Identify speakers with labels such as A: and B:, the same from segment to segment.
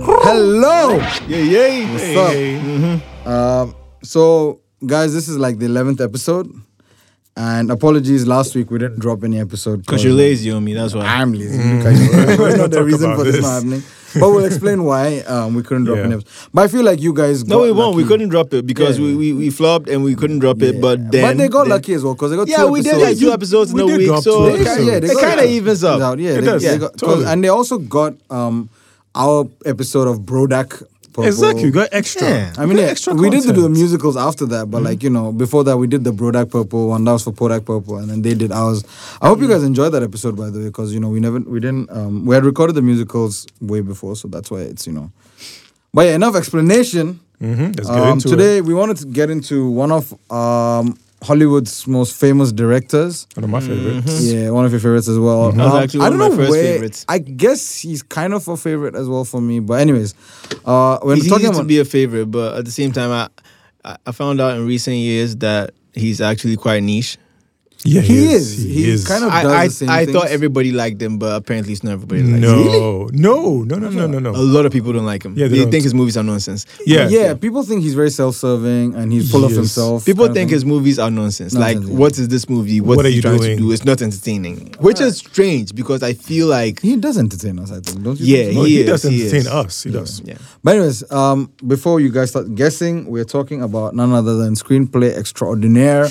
A: Hello.
B: Yay, yay.
A: What's
B: Hey,
A: up?
B: hey.
A: Um, so, guys, this is like the eleventh episode, and apologies last week we didn't drop any episode
B: Cause you're Mm. lazy on me, that's why.
A: I'm lazy. because We're not the
C: Talk
A: reason
C: about
A: for this,
C: this.
A: not happening, but we'll explain why um, we couldn't drop
C: Yeah.
A: an episode. But I feel like you guys
B: no,
A: got
B: we won't. We
A: lucky.
B: couldn't drop it because
A: Yeah.
B: we, we, we flopped and we couldn't drop
A: Yeah.
B: it. But then,
A: but they got
B: then-
A: lucky as well because they got
B: Yeah,
A: two
B: we did
A: episodes.
B: like two episodes in
C: we
B: a
C: did
B: week,
C: drop
B: so
C: two
B: it
C: episodes.
A: yeah, they got
B: kind of
A: lucky.
B: evens up.
A: Out, yeah, they,
C: It does,
A: they got, 'cause-
C: totally.
A: and they also got um, our episode of Brodak. Purple.
C: Exactly, you got extra.
B: Yeah.
A: I mean,
C: You got
A: yeah,
C: extra
A: we did the, the
C: content.
A: musicals after that, but
B: Mm.
A: like you know, before that we did the Brodak Purple one. That was for Brodak Purple, and then they did ours. I
B: Mm.
A: hope you guys enjoyed that episode, by the way, because you know we never, we didn't, um, we had recorded the musicals way before, so that's why it's you know. But yeah, enough explanation.
B: Mm-hmm,
C: Mhm, Let's get
A: Um,
C: into it.
A: today we wanted to get into one of um, Hollywood's most famous directors.
C: One of my favorites.
A: Yeah, one of your favorites as well.
B: Mm-hmm.
A: Um,
B: That was actually
A: I
B: one
A: don't
B: of my
A: know
B: first
A: where.
B: favorites.
A: I guess he's kind of a favorite as well for me. But anyways, uh, when
B: He's
A: talking
B: easy to
A: about
B: be a favorite, but at the same time, I- I I found out in recent years that he's actually quite niche.
C: Yeah,
A: He is. He kind of- does
B: I I,
A: the same
B: I
A: things.
B: thought everybody liked him, but apparently it's not everybody likes him.
C: No, no, no, no, no, no,
B: A
A: Uh,
C: no.
B: lot of people don't like him.
C: Yeah, they
B: they
C: don't.
B: think his movies are nonsense.
C: Yeah,
A: yeah, people think he's very self-serving and he's full of
C: Yes.
A: himself.
B: People
A: kind of
B: think
A: thing.
B: his movies are nonsense.
A: Nonsense,
B: like,
A: yeah.
B: what is this movie? What's
C: What are
B: he
C: you
B: trying
C: doing?
B: to do? It's not entertaining, which is strange because I feel like
A: he does entertain us. I think, don't you?
B: Yeah,
A: think so?
C: No, he,
B: He
C: does
B: is, he
C: entertain
B: is.
C: us. He does.
B: yeah,
A: But anyways, um, before you guys start guessing, we're talking about none other than screenplay extraordinaire,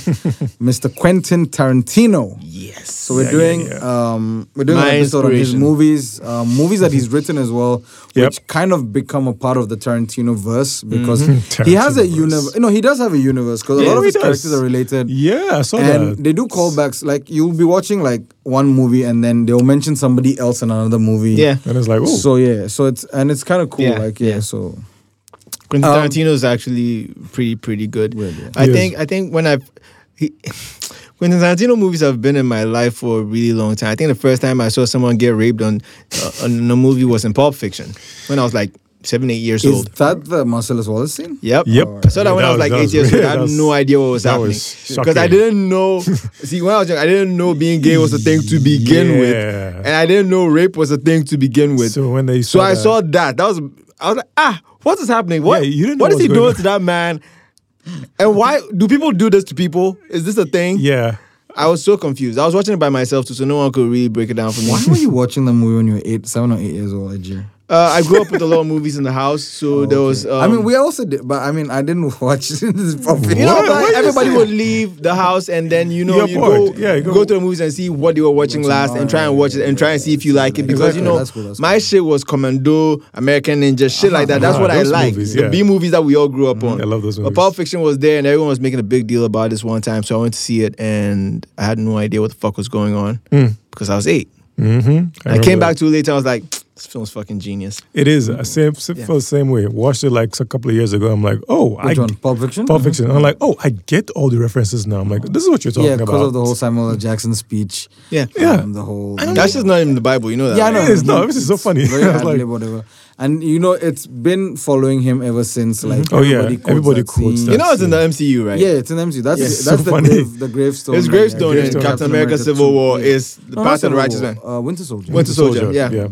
A: Mr. Quentin Tarantino.
B: yes.
A: So we're
C: Yeah, yeah,
A: doing
C: yeah.
A: um we're doing
B: My
A: an episode on his
B: inspiration.
A: movies, um, movies that he's written as well,
C: Yep.
A: which kind of become a part of the Tarantino verse because he has a
C: Tarantino verse.
A: universe. No, he does have a universe because a
B: Yeah,
A: lot of
C: Mm-hmm. he
A: his
C: does.
A: characters are related.
C: Yeah, I saw
A: and
C: that.
A: they do callbacks. Like you'll be watching like one movie and then they'll mention somebody else in another movie.
B: Yeah.
C: and it's like, oh,
A: So yeah, so it's and it's kind of cool.
B: Yeah,
A: Like yeah,
B: yeah.
A: so
B: Quentin
A: Um,
B: Tarantino is actually pretty pretty good.
A: Good, yeah.
B: I
C: He is.
B: think I think when I've he, Quentin Tarantino movies have been in my life for a really long time. I think the first time I saw someone get raped on uh, on a movie was in Pulp Fiction when I was like seven eight years
A: is
B: old.
A: that the Marcellus Wallace scene?
B: Yep.
C: Yep.
B: I saw that
C: Yeah,
B: when
C: that
B: I was
C: was-
B: like
C: that was
B: eight years
C: really-
B: old. I
C: that
B: had
C: was-
B: no idea what was
C: that
B: happening
C: was
B: because I
C: shocking.
B: didn't know. see, when I was young, I didn't know being gay was a thing to begin with,
C: Yeah.
B: and I didn't know rape was a thing to begin with.
C: So when they
B: so
C: saw
B: I
C: that-
B: saw that. That was I was like, ah, what is happening? What
C: Yeah, you didn't know
B: what is
C: what
B: he
C: was going
B: doing
C: on.
B: to that man? And why do people do this to people? Is this a thing?
C: yeah.
B: I was so confused. I was watching it by myself too, so no one could really break it down for me.
A: Why were you watching the movie when you were eight, seven or eight years old, Ajay?
B: Uh, I grew up with a lot of movies in the house, so there
C: Oh,
B: was. Um,
A: I mean, we also did, but I mean, I didn't watch this properly.
B: You know,
C: What?
B: but
C: What is
B: everybody
C: that?
B: would leave the house and then you know
C: You're
B: you
C: bored.
B: go,
C: Yeah, you
B: go,
C: go-
B: to the movies and see what they were watching
A: Watching
B: last
A: all
B: and try and watch it and try and see if you like it because
A: Exactly.
B: you know
A: That's cool, that's
B: my shit was Commando, American Ninja, shit like that. That's
C: Ah,
B: what I
C: those
B: like.
C: movies,
B: The
C: yeah.
B: B movies that we all grew up on.
C: I love those
B: But
C: movies.
B: Pulp Fiction was there and everyone was making a big deal about this one time, so I went to see it and I had no idea what the fuck was going on because I was eight.
C: Mm-hmm.
B: I, came back to it later. I was like, this film's fucking genius.
C: It is
A: Mm-hmm.
C: uh, same, same
B: Yeah.
C: felt the same way. Watched it like a couple of years ago. I'm like, oh,
A: Which
C: I
A: one? Mm-hmm. Pulp Fiction?
C: Pulp Fiction. I'm like, oh, I get all the references now. I'm like, this is what you're talking
A: Yeah,
C: about.
A: because of the whole Samuel L. Jackson speech.
B: Yeah,
C: Yeah.
A: Um, the whole.
B: That's just not even in the Bible. You know that?
A: Yeah, I
B: right?
A: know.
C: It is, no, this is so funny.
A: Very
C: I was
A: ad-lib,
C: like-
A: whatever. And you know, it's been following him ever since. Like,
C: Oh, yeah,
A: everybody quotes
C: everybody
A: that
C: quotes
A: scene.
C: that.
B: You know, it's in the MCU, right?
A: Yeah, it's an MC. That's
C: Yes.
A: that's
C: So
A: the
C: funny.
A: grave, the gravestone.
B: His
A: right there.
B: gravestone in
C: Gravestone.
B: Captain America's
A: America
B: Civil
A: 2,
B: War
A: yeah.
B: is the
A: No, not
B: Path of the
A: Civil
B: Righteous
A: War,
B: Man.
A: Uh, Winter Soldier.
B: Winter Soldier, yeah.
C: yeah.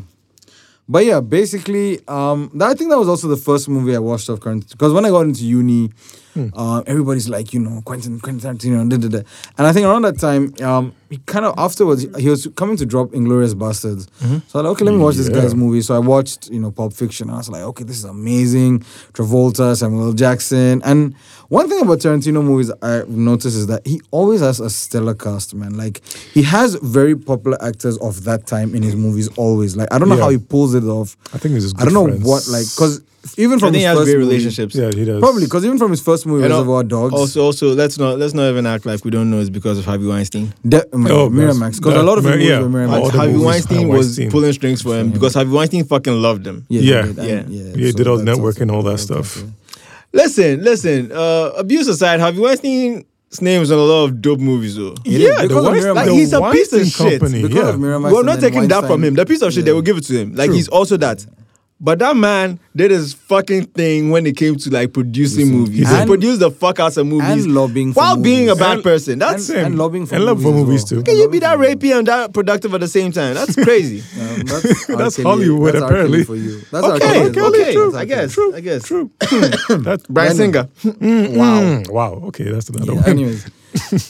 A: But yeah, basically, um, that, I think that was also the first movie I watched of Quentin. Because when I got into uni,
B: Hmm.
A: uh, everybody's like, you know, Quentin, Quentin Tarantino, da, da, da. and I think around that time, um, he kind of afterwards he was coming to drop Inglorious Bastards. So I
B: Mm-hmm.
A: was like, okay, let me watch this
C: Yeah.
A: guy's movie. So I watched, you know, Pulp Fiction, and I was like, okay, this is amazing. Travolta, Samuel L. Jackson, and one thing about Tarantino movies I've noticed is that he always has a stellar cast, man. Like he has very popular actors of that time in his movies. Always, like I don't know
C: Yeah.
A: how he pulls it off.
C: I think it's just
A: I don't know
C: good
A: what
C: friends.
A: like because even
B: I
A: from
B: think he
A: his
B: has
A: first
B: great
A: movie,
B: relationships.
C: Yeah, he does.
A: probably because even from his first movie,
B: And al-
A: Reservoir Dogs,
B: Also, also, let's not let's not even act like we don't know it's because of Harvey Weinstein.
A: De- oh my
C: Oh,
A: God, Miramax, because
C: that-
A: a lot of his
C: Mir-
A: movies
C: yeah.
A: were
C: All
A: Miramax.
B: But
C: the
B: Harvey
C: movies,
B: Weinstein
C: Harvey
B: was
C: Weinstein.
B: pulling strings for him because Harvey Weinstein fucking loved him.
A: yeah,
C: Yeah.
A: they did, and-
B: Yeah.
A: yeah,
C: Yeah, he did all the
A: that's
C: network and all that
A: also-
C: stuff.
B: Listen, listen. Uh, abuse aside, Harvey Weinstein's name is on a lot of dope movies, though.
A: Yeah, because of Miramax.
C: Weinstein-
A: Like,
C: the
B: he's a piece of
C: Weinstein
B: shit.
C: Company,
A: Because
C: yeah.
A: of Miramax,
B: We're
A: and
B: not
A: then
B: taking that from
A: Weinstein-
B: him. The piece of shit,
A: Yeah.
B: they will give it to him. Like
C: True.
B: he's also that. But that man did his fucking thing when it came to like producing movies.
A: And-
B: he produced the fuck out of movies
A: and lobbying for
B: while being a
A: movies.
B: bad
C: And-
B: person. That's
A: and, and lobbying for
C: And lobbying for movies
A: as well.
C: too.
B: can you be that rapey and that productive at the same time? That's crazy.
A: Um, that's R.
C: That's
A: Kelly-
C: Hollywood,
A: that's R. Kelly
C: apparently.
A: for you. That's R. Kelly.
B: okay, okay,
A: That's R.
B: okay.
A: Kelly.
B: I guess.
C: True,
B: I guess.
C: True. That's
B: Brian Singer.
A: Wow.
C: Wow. Okay, that's another
A: Yeah,
C: one.
A: anyways,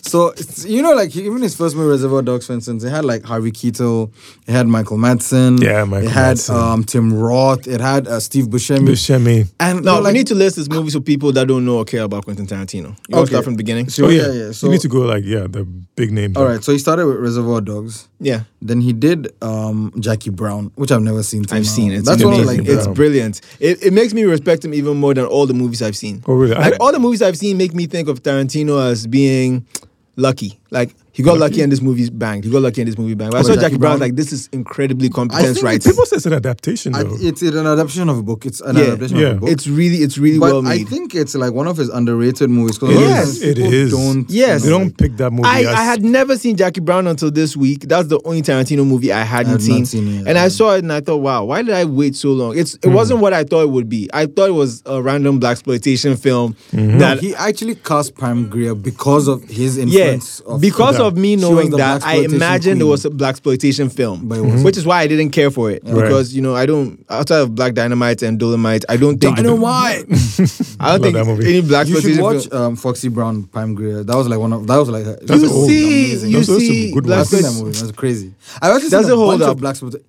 A: so it's- you know, like even his first movie, Reservoir Dogs, for instance, it had like Harvey Keitel, it had Michael Madsen,
C: Yeah, Michael
A: it had
C: Madsen.
A: um, Tim Roth, it had uh, Steve Buscemi,
C: Buscemi.
A: and
B: No,
A: you're like,
B: we need to list these movies for people that don't know or care about Quentin Tarantino. You want
A: Okay.
B: to start from the beginning?
A: So,
C: oh yeah.
A: yeah, yeah, so-
C: you need to go like yeah, the big names.
A: All right, so he started with Reservoir Dogs.
B: Yeah.
A: Then he did um, Jackie Brown, which I've never seen. till
B: I've
A: now.
B: seen it.
A: That's
B: That's
A: one of
B: amazing.
A: like
C: Yeah.
A: it's
B: it's brilliant. It, it makes me respect him even more than all the movies I've seen.
C: Oh really?
B: Like
C: I,
B: all the movies I've seen make me think of Tarantino as being lucky. Like he got lucky and this movie's banged. He got lucky and this movie banged. When I
A: Oh,
B: saw
A: Jackie
B: Jackie Brown.
A: Brown?
B: Like this is
A: I
B: incredibly
A: think
B: competent
A: it's
B: writing.
C: people say it's an adaptation
A: I,
C: though.
A: it's an adaptation of a book. It's an
B: Yeah.
A: adaptation
C: Yeah.
A: of a book.
B: It's really, it's really
A: but
B: well
A: I
B: made.
A: think it's like one of his underrated movies. 'cause a
C: It
A: lot of
B: Yes,
A: times
C: it
A: people
C: is.
A: Don't,
B: Yes.
C: you don't pick that movie.
B: I,
C: as-
B: I had never seen Jackie Brown until this week. That's the only Tarantino movie I hadn't
A: have not
B: seen.
A: seen it yet.
B: and I saw it and I thought, wow, why did I wait so long? It's it wasn't what I thought it would be. I thought it was a random black exploitation film
A: No,
B: that
A: he actually cast Pam Grier because of his
B: yeah,
A: influence. of
B: because
C: Yeah.
B: of me
A: She was
B: knowing
A: the
B: that, I
A: blaxploitation
B: imagined it
A: queen.
B: was a black exploitation film,
A: But it wasn't.
B: which is why I didn't care for it
C: Right.
B: because you know I don't outside of Black Dynamite and Dolomite, I don't think
A: Dynamite.
B: I don't
C: Love
B: think
C: that movie.
B: any black
A: you should
B: exploitation film.
A: watch um, Foxy Brown, Pam Grier. That was like one of that was like her,
C: That's
B: You
C: old.
B: see,
A: amazing.
B: you
C: Those are some
B: see,
C: good
A: I've
B: black
C: ones.
A: seen that movie. That's crazy. I've actually
B: Does
A: seen a
B: it hold
A: bunch
B: up?
A: of black exploita-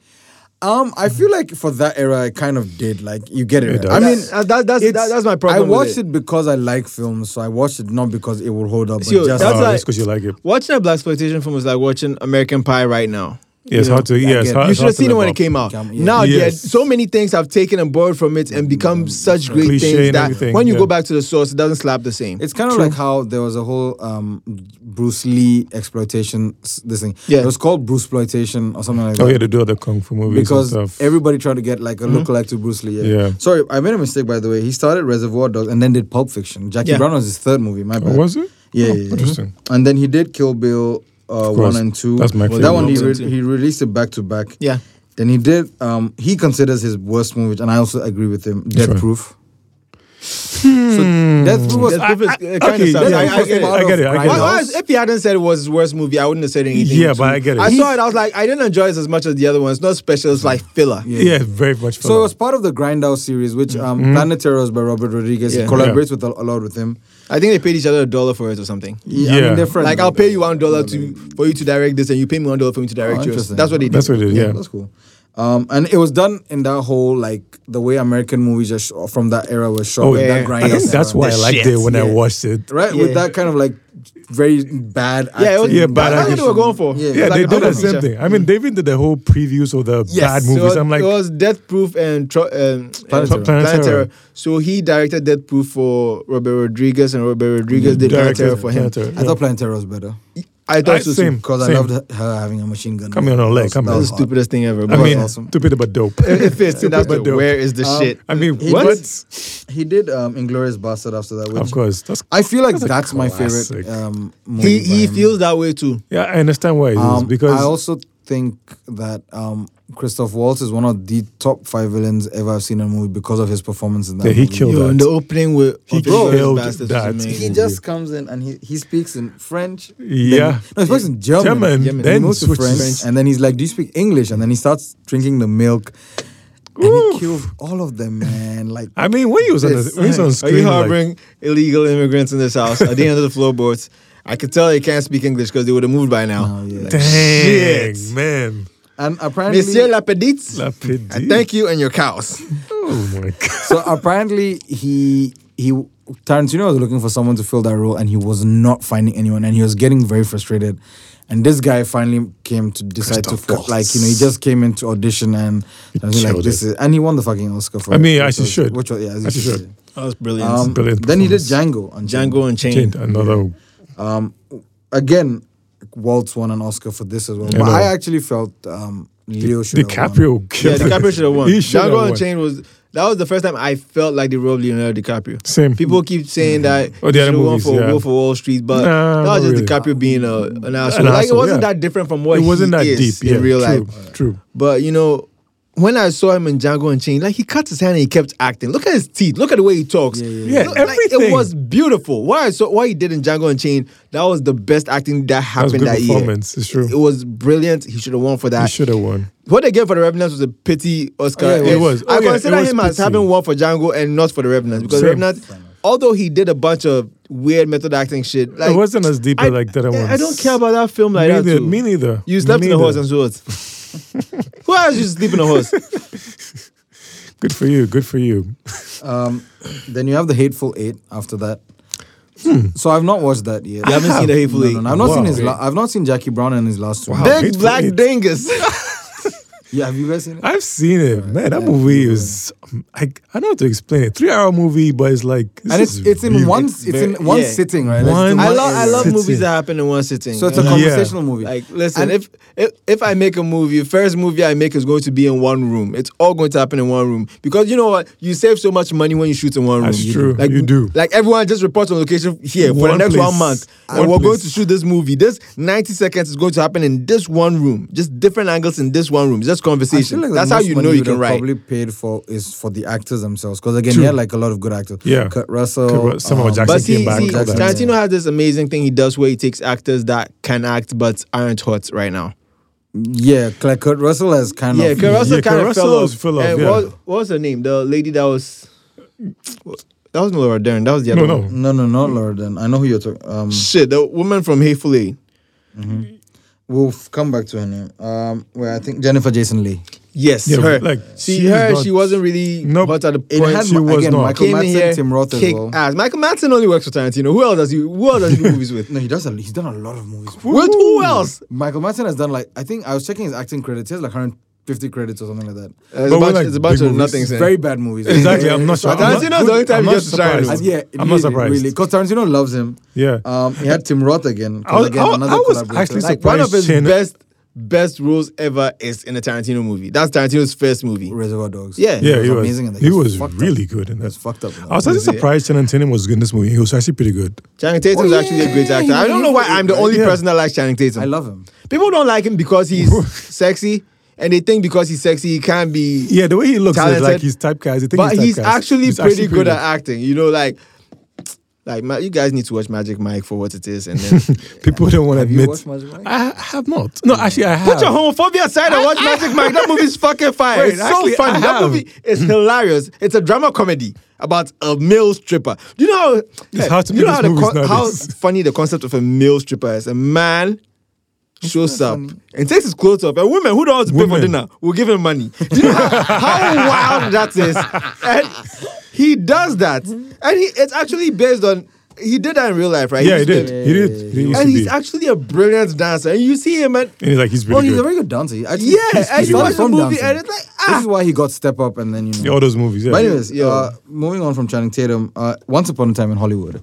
A: Um, I feel like for that era, I kind of did. Like you get it.
C: It
A: right?
C: does.
B: I
A: I
B: mean,
A: mean,
B: uh, that, that's that,
A: it's-
B: that's my problem.
A: I
B: with
A: watched
B: it.
A: it. because I like films, so I watched it not because it will hold up. But
B: See, yo,
A: just
B: that's
C: oh,
B: like-
C: because you like it.
B: Watching a black exploitation film is like watching American Pie right now.
C: Yeah, it's
B: know,
C: hard to.
A: I
C: Yeah,
A: get
C: it's
A: it.
C: hard,
B: you
C: it's
B: should
C: hard
B: have
C: to
B: seen it
C: live
B: when
C: up.
B: it came out.
A: Yeah.
B: Now, yeah,
C: Yes.
B: so many things have taken and borrowed from it and become such great
C: Cliche
B: things
C: and
B: that
C: everything,
B: when you
C: yeah.
B: go back to the source, it doesn't slap the same.
A: It's kind of like how there was a whole um, Bruce Lee exploitation s- this thing.
B: Yeah.
A: it was called Bruce exploitation or something like that.
C: Oh yeah, they do other kung fu movies
A: because
C: and stuff. Mm-hmm.
A: everybody tried to get like a lookalike to Bruce Lee. Yeah.
C: Yeah.
A: Sorry, I made a mistake by the way. He started Reservoir Dogs and then did Pulp Fiction. Jackie
B: Yeah.
A: Brown was his third movie. My
C: Oh,
A: bad.
C: was it?
A: Yeah,
C: Oh,
A: yeah, yeah.
C: Interesting.
A: And then he did Kill Bill uh,
C: course.
A: one and two.
C: That's my
A: That
C: favorite.
A: one he,
B: One
A: re-
B: and two.
A: he released it back to back.
B: Yeah.
A: Then he did. Um, he considers his worst movie, and I also agree with him. Death
C: one?
A: Proof.
C: Hmm.
A: So Death Proof was.
B: Death Proof is, uh, kinda
C: okay,
B: sad.
A: Death
B: I-
A: Proof
B: I
A: was
B: get
A: part of
B: it.
C: I get it, I get it.
B: Why-
A: Grindhouse.
B: why is- if he hadn't said it was his worst movie, I wouldn't have said anything.
C: Yeah,
B: to
C: but
B: him.
C: I get it.
B: I saw it. I was like, I didn't enjoy it as much as the other ones. Not special. It's like filler.
C: Yeah, very
A: So
C: much.
A: it
C: fun.
A: was part of the Grindhouse series, which um,
C: Mm-hmm.
A: Planet Terrors by Robert Rodriguez.
B: Yeah.
A: He collaborates with a, a lot with him.
B: I think they paid each other a dollar for it or something.
A: Yeah, I
C: Yeah.
A: mean, they're friends.
B: Like I'll pay you one dollar to for you to direct this, and you pay me one dollar for me to direct
A: Oh,
B: yours.
A: interesting.
B: That's what they did.
C: That's what it is. Yeah.
A: that's cool. Um, and it was done in that whole like the way American movies are sh- from that era were shot.
C: Oh,
A: with that
C: yeah. I
A: Grindhouse
C: think that's
A: era.
C: why I liked
B: shit,
C: it when I
B: yeah.
C: watched it.
A: right?
B: Yeah.
A: With that kind of like very bad acting.
B: Yeah, it was,
C: Yeah,
B: but
C: bad
B: that's what they were
C: action.
B: going for.
A: Yeah.
B: It was
C: Yeah,
B: like
C: they
B: an
C: did the
B: open
C: same
B: feature.
C: thing. I mean, they even did the whole previews of the bad movies.
B: So
C: I'm like,
B: it was Death Proof and Tro- um,
A: Planet
B: Planet,
A: Terror.
B: Planet
C: Planet
B: Terror.
C: Terror.
B: So he directed Death Proof for Robert Rodriguez, and Robert Rodriguez did Planet
C: directed
B: Terror for him.
C: Planet Terror,
A: I
C: yeah.
A: thought Planet Terror was better
B: I
C: I-
B: thought so too.
C: same.
A: because I
C: Same.
A: loved her having a machine gun.
C: Come here, no, leg, come
A: That
C: here.
B: That's
A: was
B: the
A: hard.
B: stupidest thing ever.
C: I
B: But
A: was
C: mean,
A: awesome.
C: stupid but dope.
B: it fits. and That's
C: Stupid,
B: the,
C: dope.
B: where is the
A: Um,
B: shit?
C: I mean,
A: He
C: what?
A: did- He did um, Inglorious Bastard after that, which
C: Of course, that's
A: I feel like
C: That's a
A: that's, my
C: classic.
A: favorite um, movie.
B: He he
A: by him.
B: feels that way too.
C: yeah. I understand why it is
A: Um,
C: because
A: I also think that um, Christoph Waltz is one of the top five villains ever I've seen in a movie because of his performance in that.
C: Yeah, he
A: movie.
C: killed
B: Yo,
C: that.
B: in the opening with
C: He
B: Bro,
C: killed
B: Bastards was
C: that.
B: amazing.
A: He just comes in and he, he speaks in French.
C: yeah,
A: No, he speaks in German.
C: German,
B: Yemen.
A: Then
C: then
A: he moves to French,
C: switches.
A: and then he's like, "Do you speak English?" And then he starts drinking the milk, and he kills all of them, man. Like,
C: I mean, when he was on, the,
B: This.
C: when he was on
B: Are you
C: screen, like,
B: harboring illegal immigrants in this house at the end of the floorboards? I could tell they can't speak English because they would have moved by now.
A: Oh, yeah.
C: dang
B: Shit.
C: man,
A: and apparently,
B: Monsieur La Petite,
C: La
B: I
C: Petite.
B: thank you and your cows.
C: Oh my god,
A: so apparently he he Tarantino was looking for someone to fill that role, and he was not finding anyone, and he was getting very frustrated. And this guy finally came to decide to
C: Christoph
A: cut,
C: Waltz.
A: like you know he just came in to audition and I was like
C: killed
A: this is and he won the fucking Oscar for
C: I
A: it,
C: mean,
A: which
C: as he
A: was-
C: should.
A: which was, yeah as you
C: As he
A: should,
C: should.
B: That was brilliant.
A: Um,
C: brilliant
A: then he did
C: performance.
A: Django and
B: Django and Chain.
C: Change another.
A: again, Waltz won an Oscar for this as well. But
C: know.
A: I actually felt um, Leo should have won.
C: DiCaprio
B: Yeah,
C: killed it.
B: DiCaprio should have won.
C: He should have
B: Django
C: won.
B: and Chain was that was the first time I felt like they robbed Leonardo DiCaprio.
C: Same.
B: People keep saying that
C: Oh, the
B: he should
C: other
B: have won
C: movies,
B: for
C: yeah.
B: Wolf of Wall Street, but
C: Nah,
B: that was
C: not
B: just
C: really.
B: DiCaprio being a, an asshole.
C: An
B: like it
C: asshole,
B: wasn't
C: yeah.
B: that different from what
C: it wasn't
B: he
C: that
B: is
C: deep. Yeah,
B: in real
C: true,
B: life.
C: true.
B: But you know, when I saw him in Django Unchained, like he cut his hand and he kept acting. Look at his teeth. Look at the way he talks.
C: yeah. Yeah,
B: Look, like, it
C: everything.
B: was beautiful. What I saw, what he did in Django Unchained, that was the best acting that
C: was
B: happened
C: good
B: that, year.
C: performance, it's true.
B: It was brilliant. He should have won for
C: He
B: that.
C: should have won.
B: What they gave for the Revenant was a pity Oscar.
A: Oh, yeah, it
B: And
C: was.
B: I
C: Oh, yeah, it
B: consider
C: was
B: him as
C: pity.
B: having one for Django and not for the Revenant because
C: Same.
B: Revenant, although he did a bunch of weird method acting shit, like
C: it wasn't as deep
B: I,
C: as like that one.
B: I don't care about that film like
C: me
B: that.
C: neither,
B: too.
C: me neither.
B: You slept
C: me
B: in a horse
C: neither.
B: and so what? Who else you sleep in a horse?
C: Good for you. Good for you.
A: Um, then you have the Hateful Eight after that. So I've not watched that yet.
B: Hmm. You haven't seen The Hateful
A: No,
B: Eight?
A: no, no. I've not
C: Wow.
A: seen his. La- I've not seen Jackie Brown and his last one.
C: Wow.
B: Big
C: Hateful
B: Black
C: Eight.
B: Dingus.
A: Yeah, have you guys seen it?
C: I've seen it, man. That movie is um, like I don't know how to explain it. Three hour movie, but it's like this
A: and it's
C: is
A: it's in
C: really-
A: one
B: it's
A: it's,
B: very-
A: in one
B: yeah.
A: sitting, right? Like,
C: One-
A: it's in
B: I love I
A: area.
B: love
C: Sitting.
B: movies that happen in one sitting.
A: So it's a
C: Yeah.
A: conversational movie.
B: like listen,
A: And-
B: if, if if I make a movie, first movie I make is going to be in one room. It's all going to happen in one room because you know what? You save so much money when you shoot in one room.
C: That's true.
B: Like
C: You do.
B: Like everyone just reports on location here for the
C: One
B: next one
C: place.
B: month, and
C: One
B: we're going
C: place.
B: to shoot this movie. This ninety seconds is going to happen in this one room. Just different angles in this one room. Just
A: I feel
B: conversation.
A: like the
B: That's how
A: most
B: you
A: money
B: know you
A: would
B: can
A: have
B: write.
A: Probably paid for is for the actors themselves because again,
C: True.
A: he had like a lot of good actors.
C: Yeah.
A: Kurt Russell,
C: Kurt Russell, Samuel
A: um,
C: Jackson
B: But
C: Jackson
B: see,
C: came back.
B: see
C: all that.
A: Jackson.
B: Tarantino has this amazing thing he does where he takes actors that can act but aren't hot right now.
A: Yeah, like Kurt Russell has kind
B: Yeah,
A: of.
B: Kurt Russell
C: Yeah, Kurt
B: kind of
C: Russell
B: fell off.
C: was fell off,
B: And
C: yeah.
B: what, what was her name? The lady that was that was not Laura Dern. That was the other
C: No, no.
B: one.
A: No, no, not Laura Dern. I know who you're talking. Um,
B: Shit, the woman from Hateful Eight.
A: we'll f- come back to her name. Um, where I think Jennifer Jason Lee.
B: Yes,
C: Yeah,
B: her.
C: like,
B: See
C: she is
B: her,
C: not-
B: she wasn't really
C: Nope.
B: hot at the
A: It
B: point.
A: had
C: she
A: Ma-
C: was
A: again
C: not.
A: Michael
B: came in
A: Madsen,
B: here,
A: Tim Roth as
B: kicked
A: well.
B: ass. Michael Madsen only works for Tarantino. Who else does he? Who else does he do movies with?
A: No, he does. A, he's done a lot of movies.
B: With who else?
A: Michael Madsen has done like I think I was checking his acting credits. He has like 150 credits or something like that.
B: It's
C: But
B: a
C: we're
B: bunch,
C: like
B: it's a bunch
C: big
B: of
C: movies.
B: nothings. eh?
A: Very bad movies.
C: Exactly. I'm not sure.
A: So
C: I'm not-
B: Tarantino's the only time
C: I'm
B: he
C: not
B: gets to try
C: surprised.
B: those.
A: And yeah, it
C: I'm not
A: really-
C: surprised.
A: Really, because Tarantino loves him.
C: Yeah.
A: Um, he had Tim Roth again. 'cause
C: I was-
A: again,
C: I was-
A: another
C: I was
A: collaborator.
C: actually
B: Like one of his
C: Surprise, Shane.
B: best best roles ever is in a Tarantino movie. That's Tarantino's first movie.
A: Reservoir Dogs.
B: Yeah.
C: yeah,
A: was
C: he was
A: amazing in that.
C: He
A: He was
C: was
A: fucked up.
C: really good in that.
A: It's fucked up.
C: I was actually surprised Tarantino was good in this movie. He was actually pretty good.
B: Channing Tatum is
A: Oh,
B: actually a great
A: yeah,
B: actor. I don't know why
A: he's
B: I'm the only
C: Yeah.
B: person that likes Channing Tatum.
A: I love him.
B: People don't like him because he's sexy, and they think because he's sexy he can't be.
C: Yeah, the way he looks is
B: Talented.
C: like he's typecast. They think
B: but he's
C: typecast.
B: actually
C: He's
B: pretty good at acting. You know, like, like ma- you guys need to watch Magic Mike for what it is, and then
C: People don't want to
A: Have you
C: admit.
A: watched Magic Mike?
C: I have not. No, actually, I have.
B: put your homophobia aside and watch Magic Mike. That movie's fucking fire.
C: Wait,
B: it's
C: actually,
B: so funny.
C: I
B: That
C: have.
B: movie is hilarious. It's a drama comedy about a male stripper. Do you know?
C: It's
B: eh,
C: hard to
B: you
C: make
B: know
C: these
B: how, the
C: movies
B: con- how
C: nowadays.
B: funny the concept of a male stripper is. A man shows up and takes his clothes off. A woman who don't want to pay for
C: Women.
B: dinner will give him money. Do you know how, how wild that is? And he does that, and he, it's actually based on. He did that in real life, right?
C: Yeah, he
B: used to
C: did.
B: be-
C: He did. He used to
B: And he's
C: be.
B: actually a brilliant dancer. And you see him, and
C: And he's like, he's
A: Oh,
C: really
A: he's a
C: good.
A: very good dancer. He actually-
B: Yeah,
A: he's-
B: and
A: he's
B: you
A: done
B: watch the
A: from
B: movie
A: dancing.
B: and it's like, ah!
A: This is why he got Step Up and then, you
C: Yeah,
A: know.
C: all those movies. Yeah.
A: But anyways,
B: Yeah.
A: uh, moving on from Channing Tatum, uh, Once Upon a Time in Hollywood.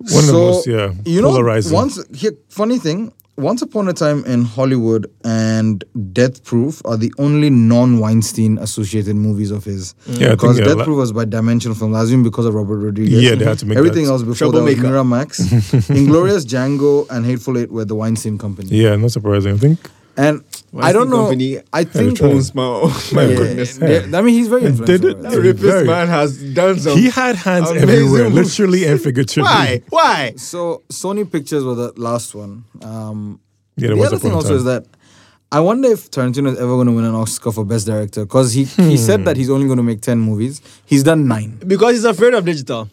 C: One of the most, yeah,
A: you know,
C: polarizing.
A: Once here, funny thing, Once Upon a Time in Hollywood and Death Proof are the only non-Weinstein associated movies of his.
C: Mm. Yeah, I think
A: because
C: they're
A: Death
C: li-
A: Proof was by Dimension Films, I assume because of Robert Rodriguez.
C: Yeah, they had to make
A: everything
C: that.
A: else before that was
B: Troublemaker.
A: Miramax, Inglorious Django, and Hateful Eight were the Weinstein company.
C: yeah, not surprising. I think.
A: And I
B: Weinstein
A: don't know.
B: Company
A: I think.
C: tried.
B: owns my own. My
C: Yeah.
B: goodness.
A: Yeah, I mean, he's very
C: did
A: influential.
C: it-
A: right?
B: That rapist
C: Very.
B: man has done some.
C: He had hands
B: Amazing
C: everywhere,
B: moves.
C: literally and figuratively.
B: Why? Why?
A: So Sony Pictures was the last one. Um,
C: Yeah, there
A: the
C: was
A: other
C: upon
A: thing
C: a
A: also
C: time.
A: is that I wonder if Tarantino is ever going to win an Oscar for Best Director because he
C: Hmm.
A: he said that he's only going to make ten movies. He's done nine.
B: Because he's afraid of digital.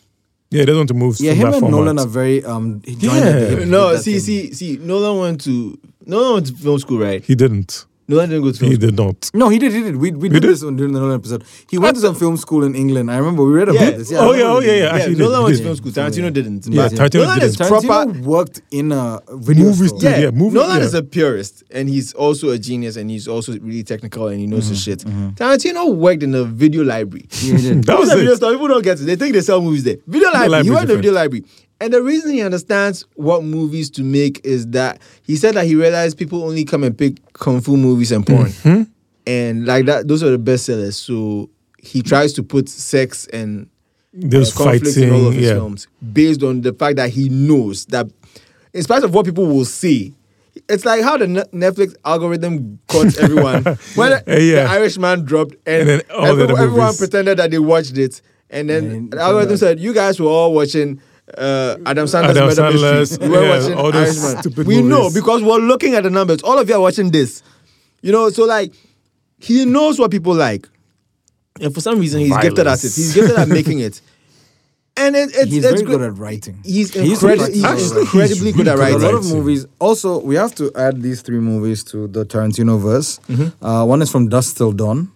C: Yeah, they don't want to move.
A: Yeah,
C: from
A: him
C: that
A: and
C: format.
A: Nolan are very um. he joined
C: Yeah.
A: at the hip
B: No,
A: with that
B: see,
A: thing.
B: see, see. Nolan went to Nolan went to film school, right?
C: He didn't.
B: Nolan didn't go to film
C: He
B: school.
C: did not.
A: No, he did, he did. We, we, did,
C: did?
A: this on, during the Nolan episode. He went to some film school in England. I remember we read about
B: Yeah.
A: this.
C: Oh,
A: I remember
C: yeah, oh,
A: we
C: yeah,
A: did.
C: yeah. Actually, he
B: yeah, Nolan
C: did.
B: went
C: He
B: to film
C: did.
B: school. Tarantino didn't.
C: Yeah,
B: But
C: Tarantino
B: Nolan
C: didn't.
B: is
A: Tarantino
B: proper.
A: worked in a video
C: Movies
A: store.
C: too.
B: Yeah,
C: Yeah, movie-
B: Nolan
C: yeah.
B: is a purist, and he's also a genius, and he's also really technical, and he knows
C: Mm-hmm,
B: his shit. Tarantino worked in a video library.
A: Yeah, he did.
C: That was
B: Movies are video
C: it.
B: store. People don't get it. They think they sell movies there. Video library.
C: library
B: He
C: is
B: went to
C: different.
B: video library. And the reason he understands what movies to make is that he said that he realized people only come and pick kung fu movies and porn.
C: Mm-hmm.
B: And like that, those are the best sellers. So he tries to put sex and
C: There's
B: conflicts Uh, in
C: fighting.
B: all of his
C: yeah.
B: films based on the fact that he knows that in spite of what people will say, It's like how the Ne- Netflix algorithm caught everyone. when
C: Eh, yeah.
B: the Irishman dropped, and,
C: And then all the
B: everyone,
C: other
B: everyone
C: movies.
B: pretended that they watched it, and then
A: And
B: the algorithm said, "You guys were all watching." Uh, Adam Sandler's
C: Adam
B: Murder
C: Sandler's,
B: Mystery. You were
C: yeah,
B: watching
C: all those
B: Irishman.
C: stupid
B: We know
C: movies.
B: because we're looking at the numbers. All of you are watching this. You know, so like he knows what people like. And for some reason he's gifted at
C: Violence.
B: it. He's gifted at making it. And it, it's
A: He's
B: it's
A: very
B: great.
A: good at writing.
B: He's
A: He's
B: incredible.
A: good
B: He's,
A: at- actually,
C: he's
B: incredibly
C: really
B: good at
C: good at
A: a
B: writing.
A: lot
C: writing.
A: of movies. Also, we have to add these three movies to the Tarantino verse. Uh, one is from Dust Till Dawn,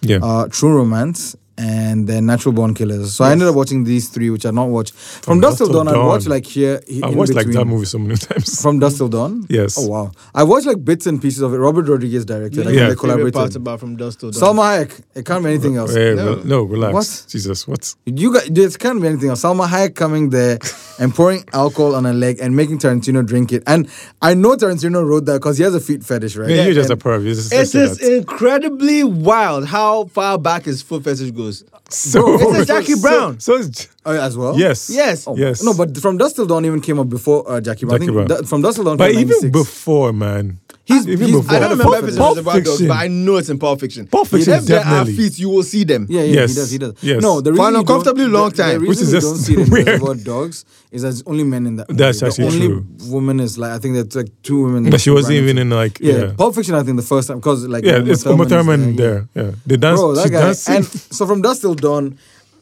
C: Yeah.
A: uh, True Romance, and then Natural Born Killers. So I ended up watching these three, which I not watched. From, Dust Till Dawn, I watched like here. he-
C: I
A: in
C: watched like
A: between.
C: that movie so many times.
A: From Dust Till Dawn?
C: Yes.
A: Oh, wow. I watched like bits and pieces of it. Robert Rodriguez directed. Like, yeah.
C: Yeah.
A: They
B: Favorite parts
A: collaborated.
B: about from Dust Till Dawn.
A: Salma Hayek. It can't be anything else.
C: Eh, re-
B: No.
C: no. relax.
A: What?
C: Jesus, what?
A: You guys, it can't be anything else. Salma Hayek coming there and pouring alcohol on her leg and making Tarantino drink it. And I know Tarantino wrote that because he has a feet fetish, right?
C: Yeah, you're just a
A: And
C: perv. You just
B: It
C: said
B: is
C: that.
B: incredibly wild how far back his foot fetish goes.
C: So,
B: It's a Jackie
C: so-
B: Brown.
C: So, it's-
A: Oh, yeah, as well.
C: yes.
B: Yes.
A: Oh,
C: Yes.
A: No, but from Dust Till Dawn even came up before uh, Jackie Brown. I
C: Jackie
A: think
C: Brown.
A: that- from Dust Till Dawn.
C: But
A: came
C: even
A: 96.
C: before, man.
A: He's-
C: even
A: he's-
C: before.
B: I don't remember if it's in
A: Pulp
B: Reservoir Dogs, but I know it's in Pulp Fiction.
C: Pulp Fiction,
B: if there are
C: definitely.
B: feet, you will see them.
A: Yeah, yeah,
C: Yes.
A: he does. He does.
C: Yes.
A: No, the
B: For
A: reason
B: an
A: you don't-
B: uncomfortably long
A: the- The
B: time.
A: reason
C: Which is
A: we
C: just
A: don't see it in
C: weird.
A: Reservoir Dogs is that it's only men in that. movie.
C: That's actually
A: the only
C: true.
A: woman is like I think that's like two women.
C: But she wasn't
A: Brandon-
C: even in like.
A: Yeah,
C: Yeah. Yeah,
A: Pulp Fiction. I think the first time because like
C: it's Uma
A: is
C: Thurman there. Yeah. They dance.
A: Bro, that
C: she
A: guy.
C: dancing.
A: And so from Dust Till Dawn,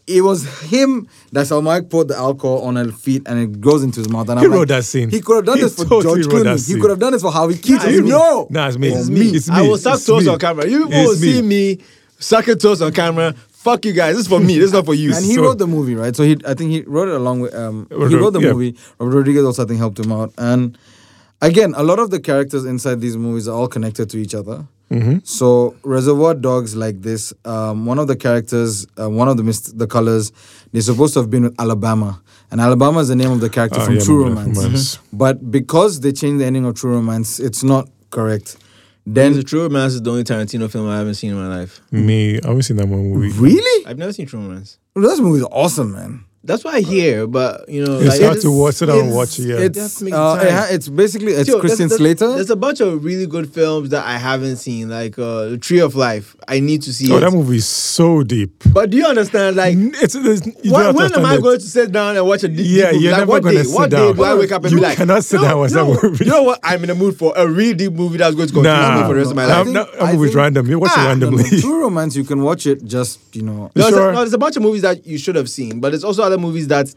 A: it was him that Salmaik poured the alcohol on her feet and it goes into his mouth. And
C: He
A: I'm like,
C: wrote that scene.
A: He could have done
C: He
A: this for
C: totally
A: George
C: wrote that
A: Clooney. He
C: scene.
A: could have done this for Harvey Keitel.
B: it's
A: No,
C: Nah, it's me.
A: For
C: It's me. It's me.
B: I will suck
C: It's
B: toes
C: me.
B: on camera. You
C: It's
B: will
C: me.
B: see me sucking toes on camera. Fuck you guys. This is for me. This is not for you.
A: And he
C: So-
A: wrote the movie, right? So he, I think he wrote it along with. Um, he
C: Rodri-
A: wrote the
C: yeah.
A: movie. Robert Rodriguez also, I think, helped him out. And again, a lot of the characters inside these movies are all connected to each other.
C: Mm-hmm.
A: So Reservoir Dogs, like this, um, one of the characters, uh, one of the mist- the colors, they're supposed to have been with Alabama, and Alabama is the name of the character
C: Ah,
A: from
C: yeah,
A: True
C: remember
A: Romance.
C: that, Romance.
A: But because they changed the ending of True Romance, it's not correct. Then
B: True Romance is the only Tarantino film I haven't seen in my life.
C: Me, I haven't seen that one movie.
A: really,
B: I've never seen True Romance.
A: this movie is awesome, man.
B: That's what I hear, but you know,
C: It's
B: like,
C: hard to watch it and
A: it's-
C: watch it. Yeah.
A: It's,
B: You have to make
A: uh,
B: time.
A: it ha- it's basically it's
B: Yo, there's-
A: Christian
B: there's-
A: Slater.
B: There's a bunch of really good films that I haven't seen, like uh, The Tree of Life. I need to see
C: oh,
B: it.
C: that movie is so deep.
B: but do you understand? Like,
C: N- It's, it's, you
B: Why-
C: don't
B: when am
C: understand
B: I
C: it.
B: going to sit down and watch a deep
C: Yeah,
B: movie?
C: you're
B: like,
C: never
B: what
C: gonna
B: day?
C: sit
B: what
C: down.
B: day do I wake up and
C: You
B: be like,
C: cannot sit
B: "No,
C: down and watch
B: no,
C: that movie."
B: You know what? I'm in the mood for a real deep movie that's going to continue
C: Nah,
B: me for the rest of my
A: I
C: That-
B: life.
A: think-
C: that,
A: I
C: that movie's
A: think-
C: random. You watch
B: Ah,
C: it
A: No, no,
C: randomly.
A: True romance, you can watch it. Just you know,
B: There's,
C: sure?
B: a, no, there's a bunch of movies that you should have seen, but there's also other movies that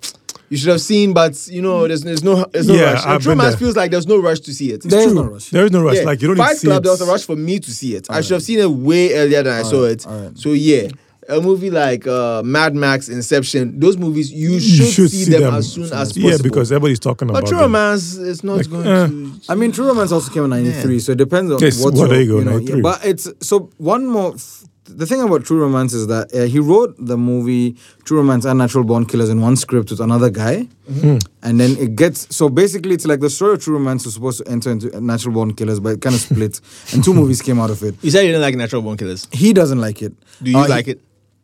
B: you should have seen, but you know, there's, there's no, there's no
C: Yeah,
B: rush. And
C: I've
B: True
C: been
B: Romance
C: there.
B: feels like there's no rush to see it.
A: there is no rush.
C: There is no rush.
B: Yeah.
C: Like you don't need
B: Fight
C: to see
B: Club,
C: it.
B: there was a rush for me to see it. I should have seen it way earlier than I saw
A: right,
B: it.
A: all right.
B: So yeah, a movie like uh, Mad Max, Inception, those movies you should, see, them, as soon as possible.
C: Yeah, because everybody's talking
B: but
C: about
B: True
C: them.
B: Romance is not
C: Like,
B: going
C: eh.
B: to.
A: I mean, True Romance also came in '93, so it depends on
C: Yes,
A: what,
C: what
A: your-
C: there you go,
A: know,
C: 93.
A: but it's so one more. f- The thing about True Romance is that uh, he wrote the movie True Romance and Natural Born Killers in one script with another guy,
C: Mm-hmm.
A: and then it gets so basically it's like the story of True Romance was supposed to enter into Natural Born Killers, but it kind of split, and two movies came out of it.
B: You said you didn't like Natural Born Killers.
A: He doesn't like it.
B: Do you
A: Uh, he-
B: like it?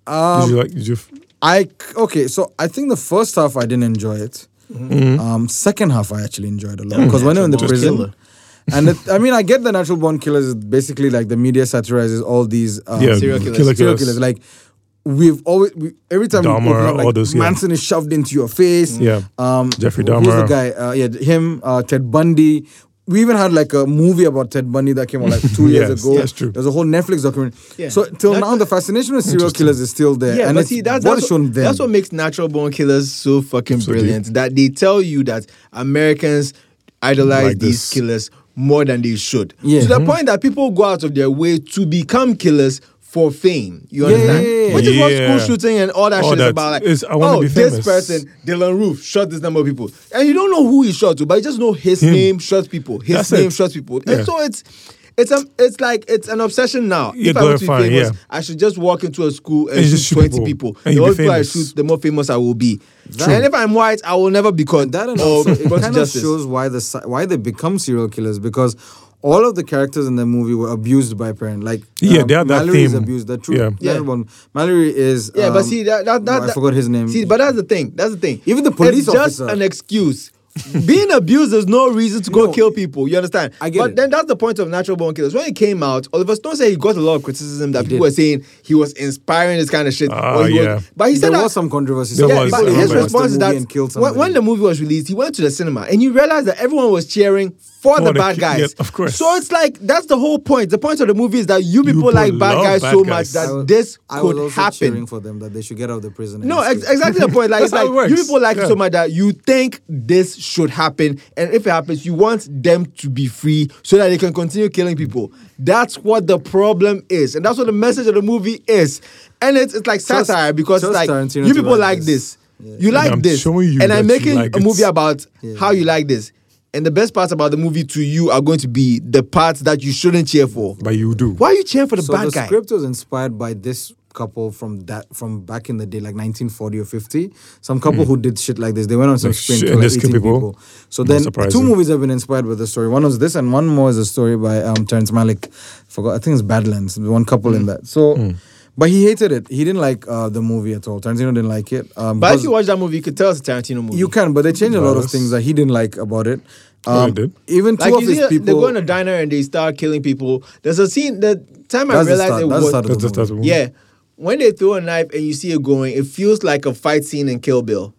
C: Did you like? Did you? f-
A: I okay, so I think the first half I didn't enjoy it.
C: Mm-hmm.
A: Um, second half I actually enjoyed a lot because when they're in the
B: Natural born
A: prison,
B: killer.
A: and it, I mean I get the natural born killers. is Basically, like the media satirizes all these um,
C: Yeah,
B: serial
C: killer
B: killers.
A: serial killers. Like we've always we, every time we
C: Dahmer,
A: open up, like,
C: all those, yeah.
A: Manson is shoved into your face.
C: Yeah.
A: um,
C: Jeffrey
A: who- Who's the
C: Dahmer.
A: guy? Uh, yeah, him. Uh, Ted Bundy. We even had like a movie about Ted Bundy that came out like two
C: Yes,
A: years ago.
C: that's true.
A: There's a whole Netflix documentary.
B: Yeah.
A: So till
B: That-
A: now, the fascination with serial killers is still there.
B: Yeah,
A: and
B: but
A: it's
B: see, that's
A: what
B: that's,
A: is shown
B: what,
A: then.
B: that's what makes natural born killers so fucking
C: So deep.
B: brilliant. That they tell you that Americans idolize
C: Like
B: these
C: this.
B: killers more than they should.
A: Yeah. Mm-hmm.
B: To the point that people go out of their way to become killers for fame. You
A: Yeah,
B: understand?
A: yeah, yeah, yeah.
B: Which is
C: Yeah.
B: what school shooting and all that
C: All
B: shit is
C: that
B: about. Like,
C: is, I wanna
B: oh,
C: be
B: this
C: famous.
B: person, Dylan Roof, shot this number of people, and you don't know who he shot to, but you just know his
C: Him.
B: name shot people. His
C: That's
B: name
C: it.
B: shot people,
C: Yeah.
B: and so it's. It's um, it's like it's an obsession now. if
C: You're
B: I want to be
C: glorifying,
B: famous,
C: yeah.
B: I should just walk into a school and,
C: And
B: shoot,
C: just shoot
B: 20 people.
C: people. And
B: the
C: you'll
B: more
C: be
B: people I
C: famous.
B: shoot, the more famous I will be.
A: True.
B: And if I'm white, I will never be caught
A: that and
B: or
A: also, it
B: brought to
A: kind of
B: justice.
A: shows why the si- why they become serial killers because all of the characters in the movie were abused by parents. Like um,
C: Yeah, they had that
A: Mallory is
C: theme.
A: abused. The true
C: Yeah.
A: yeah.
B: Yeah.
A: One. Mallory is
B: yeah, but
A: um,
B: see that that, that
A: I
B: that-
A: forgot his name.
B: See, but that's the thing. That's the thing.
A: Even the police
B: it's just
A: officer-
B: an excuse being abused, there's no reason to go
A: No.
B: kill people. You understand?
A: I get
B: but
A: it.
B: then that's the point of natural born killers. When it came out, Oliver Stone said he got a lot of criticism that people
A: did.
B: were saying he was inspiring this kind of shit.
C: Ah,
B: or he was-
C: yeah.
B: but he
A: There
B: said that,
A: was some controversy.
C: There
A: Some
B: yeah,
C: was,
A: people
B: but
C: I
B: his
C: remember.
A: watched the
B: response is
A: movie
B: that
A: and killed
B: when,
A: somebody.
B: when the movie was released, he went to the cinema and you realized that everyone was cheering for the
C: the
B: bad
C: ki-
B: guys.
C: yeah, of course.
B: So it's like that's the whole point. The point of the movie is that you people,
C: people
B: like bad
C: love
B: guys
C: bad
B: so much
C: guys.
B: that
A: I was-
B: this
A: I was
B: could
A: also
B: happen.
A: cheering for them that they should get out of the prison. and
B: No,
A: escape.
B: ex- exactly the point. Like it's
C: That's how
B: like
C: it works.
B: you people like it
C: Yeah.
B: so much that you think this should happen, and if it happens, you want them to be free so that they can continue killing people. That's what the problem is, and that's what the message of the movie is. And it's, it's like
A: Trust-
B: satire because it's
A: trust
B: like
A: Tarantino
B: you
A: to
B: people
A: write
B: like
A: this.
B: this, you like
C: I'm
B: this,
C: showing you
B: and I'm
C: that you
B: making
C: like
B: a
C: it.
B: movie about
A: Yeah.
B: how you like this. And the best parts about the movie to you are going to be the parts that you shouldn't cheer for.
C: But you do.
B: Why are you cheering for the
A: so
B: bad
A: the
B: guy?
A: script was inspired by this couple from that from back in the day, like 1940 or 50. Some couple who did shit like this. They went on some
C: Like,
A: spree and
C: Hmm. Oh, shit,
A: killed like
C: this
A: 18
C: kid
A: people.
C: people.
A: So
C: Not
A: then
C: surprising.
A: two movies have been inspired by the story. One was this, and one more is a story by um, Terrence Malick. Forgot, I think it's Badlands. the One couple
C: Hmm.
A: in that. So. But he hated it. He didn't like uh, the movie at all. Tarantino didn't like it. Um,
B: But if
A: because-
B: you watch that movie, you could tell it's a Tarantino movie.
A: You can, but they changed a lot of
C: Yes.
A: things that he didn't like about it. Um,
C: Oh, he did?
A: Even two
B: Like
A: of
B: you
A: his
B: see,
A: people.
B: they go in a diner and they start killing people. There's a scene. The time I
A: That's the
B: realized
A: start-
B: it
A: that's the
B: was
A: start
C: That's, that's, that's
B: yeah, when they throw a knife and you see it going, it feels like a fight scene in Kill Bill.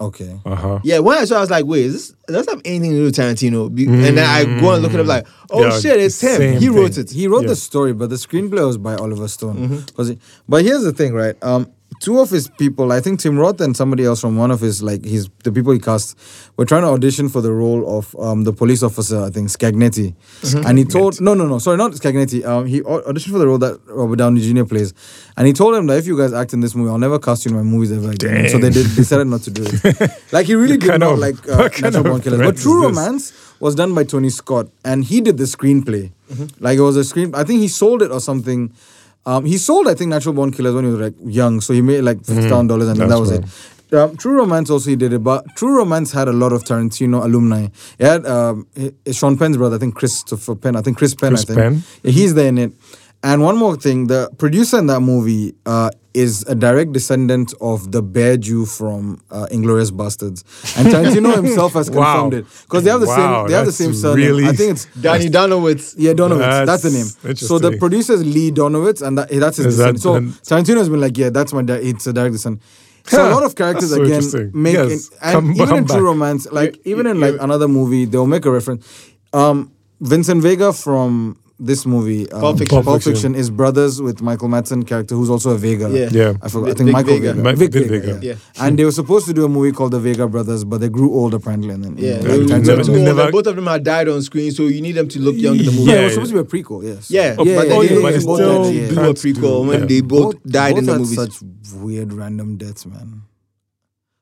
A: okay.
C: Uh huh.
B: Yeah, when I saw, it, I was like, wait, is this does that have anything to do with Tarantino? Be- And then I go and look it up, like, oh
C: Yeah,
B: shit, it's him.
C: same
B: He wrote
C: thing.
B: it.
A: He wrote
C: Yeah. Mm-hmm.
A: the story, but the screenplay was by Oliver Stone. 'Cause he- but here's the thing, right? Um, two of his people, I think Tim Roth and somebody else from one of his like his the people he cast, were trying to audition for the role of um the police officer. I think Scagnetti,
C: Mm-hmm.
A: and he told no, no, no, sorry, not Scagnetti. Um, he au- auditioned for the role that Robert Downey Jr. plays, and he told him that if you guys act in this movie, I'll never cast you in my movies ever again. And So they did, decided not to do it. like he really did
C: kind
A: not
C: of-
A: like uh,
C: what kind
A: Natural
C: of
A: Born Killers,
C: threat
A: but
C: is
A: True
C: this?
A: Romance. Dance was done by Tony Scott, and he did the screenplay.
C: Mm-hmm.
A: Like it was a screen. I think he sold it or something. Um, he sold, I think, Natural Born Killers when he was like young, so he made like fifty thousand dollars, and that
C: Mm-hmm. That's
A: was
C: right.
A: it. Um, True Romance also he did it, but True Romance had a lot of Tarantino alumni. It had um, eh, eh, Sean Penn's brother, I think Christopher Penn, I think Chris Penn, I
C: Chris
A: think
C: Penn?
A: Yeah, he's there in it. And one more thing, the producer in that movie uh, is a direct descendant of the bear Jew from uh, Inglorious Bastards, and Tarantino himself has
C: Wow.
A: confirmed it because they have the
C: Wow,
A: same they have the
C: that's
A: same surname.
C: really-
A: I think it's
B: Danny Donowitz.
A: yeah Donowitz. That's, the
C: That's
A: name. So the
C: interesting.
A: producer is Lee Donowitz, and that, that's his
C: Is that-
A: descendant. so Tarantino has been like, yeah, that's my dad. It's a direct descendant. So a
C: Huh.
A: lot of characters
C: That's so
A: again
C: interesting.
A: make
C: Yes.
A: and
C: Come-
A: even in
C: come
A: True
C: back.
A: Romance, like
B: You-
A: even
B: you-
A: in like
B: you-
A: another movie, they'll make a reference. Um, Vincent Vega from this movie, um,
B: Pulp Fiction.
A: Pulp Fiction, is brothers with Michael Madsen character, who's also a Vega.
B: Yeah.
C: Yeah.
A: I forgot. I
B: Vic-
A: think
B: Vic
A: Michael
B: Vega.
A: Vega.
C: Mi-
A: Vic
C: Vic
A: Vega.
C: Vega.
A: Yeah.
B: Yeah.
A: And they were supposed to do a movie called The Vega Brothers, but they grew old apparently. And then
B: Yeah,
A: and
B: they-
A: Tarantino-
C: Never-
B: they-
C: never-
B: both of them had died on screen, so you need them to look young in the movie.
A: Yeah, it
C: Yeah,
A: was
C: yeah.
A: supposed to be a prequel. Yes.
C: Oh,
B: Yeah,
A: yeah, yeah,
B: but they
A: yeah,
B: didn't
A: yeah,
B: even
A: yeah.
B: bother
A: Both
B: to
A: had-
B: do a
C: can't do-
B: prequel when
C: yeah.
B: they both, died in the
A: had
B: movies.
A: Such weird random deaths, man.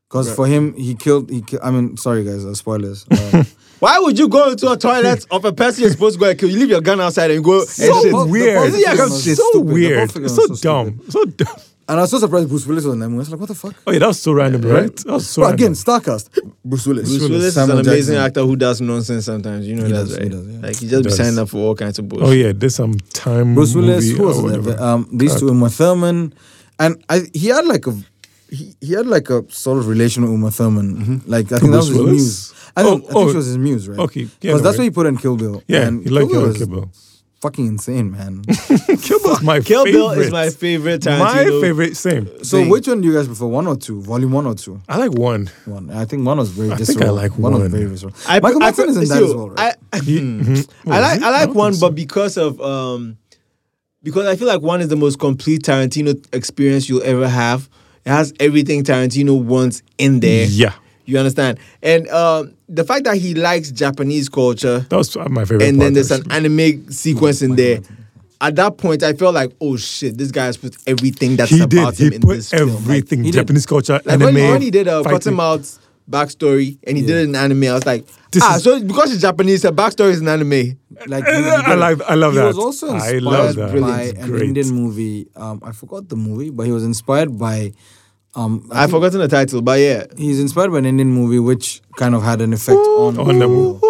A: Because for him, he killed. He ki- I mean, sorry guys, uh, spoilers. Uh,
B: Why would you go into a toilet of a person you're supposed to go and kill? You leave your gun outside and go.
C: So
B: and shit.
A: Pulp- the
C: weird.
A: Pulp
B: Fiction was
C: It's so
A: stupid. The Pulp
C: weird.
A: Fiction
C: It's
A: was
C: so
A: so
C: dumb. So dumb.
A: and I was so surprised Bruce Willis was in that movie. I was like, what the fuck?
C: Oh yeah, that was so random, right? That was so
A: But again,
C: random.
A: Starcast. Bruce Willis.
B: Bruce Willis is an
A: Samuel Jackson.
B: amazing actor who does nonsense sometimes. You know
A: He
B: that,
A: does, he
B: right?
A: does, yeah.
B: Like he just be
C: Does.
B: signing up for all kinds of bullshit.
C: Oh yeah, there's some time.
A: Bruce Willis.
C: movie
A: Who was
C: or
A: it?
C: whatever. Uh,
A: The- Um, these
C: God.
A: two, Uma Thurman, and I, he had like a. He, he had like a sort of relation with Uma Thurman. Like I think that was his
C: Mm-hmm. Bruce Willis?
A: muse. I, don't,
C: Oh,
A: I think
C: oh.
A: she was his muse, right?
C: Okay, yeah,
A: because
C: no
A: that's
C: way.
A: what he put in Kill Bill.
C: Yeah,
A: and
C: he liked
A: Bill
C: Kill
A: is
C: Bill.
A: Fucking insane, man.
C: Kill Bill's my
B: Kill
C: favorite.
B: Bill is my favorite Tarantino.
C: My favorite. Same.
A: So
B: Thing.
A: which one do you guys prefer? One or two? Volume one or two?
C: I like one.
A: One. I think one was very
C: I think
A: visceral.
C: I like
A: was
C: one.
A: very visceral.
B: I,
A: Michael
B: I-
A: Madsen is in that
B: see,
A: as well, right?
B: I, hmm.
C: He- mhm.
B: I
C: Oh,
B: like
C: is
B: I
C: it?
B: like
C: don't
B: one,
C: think so.
B: but because of um, because I feel like one is the most complete Tarantino experience you'll ever have. It has everything Tarantino wants in there.
C: yeah,
B: You understand? And um, the fact that he likes Japanese culture,
C: that was my favorite.
B: and then
C: part,
B: there's an
C: actually.
B: anime sequence in there. At that point, I felt like, oh shit, this guy has put everything that's
C: He
B: about
C: did.
B: him
C: He
B: in
C: put
B: this film. Like,
C: everything.
A: He did.
C: Japanese culture,
B: like
C: anime.
B: when he only did uh, a
C: fighting.
B: Cottonmouth's backstory and he did it in anime, I was like,
C: This
B: ah,
C: is-
B: so because it's Japanese, her backstory is in anime.
A: like
C: I love- I love
A: he was
C: that.
A: also
C: I
A: inspired
C: love that.
A: by
C: Brilliant.
A: an
C: Great.
A: Indian movie. Um, I forgot the movie, but he was inspired by. Um, I
C: Mm-hmm.
B: I've
A: think
B: forgotten the title, but yeah.
A: he's inspired by an Indian movie, which kind of had an effect on
C: On the movie.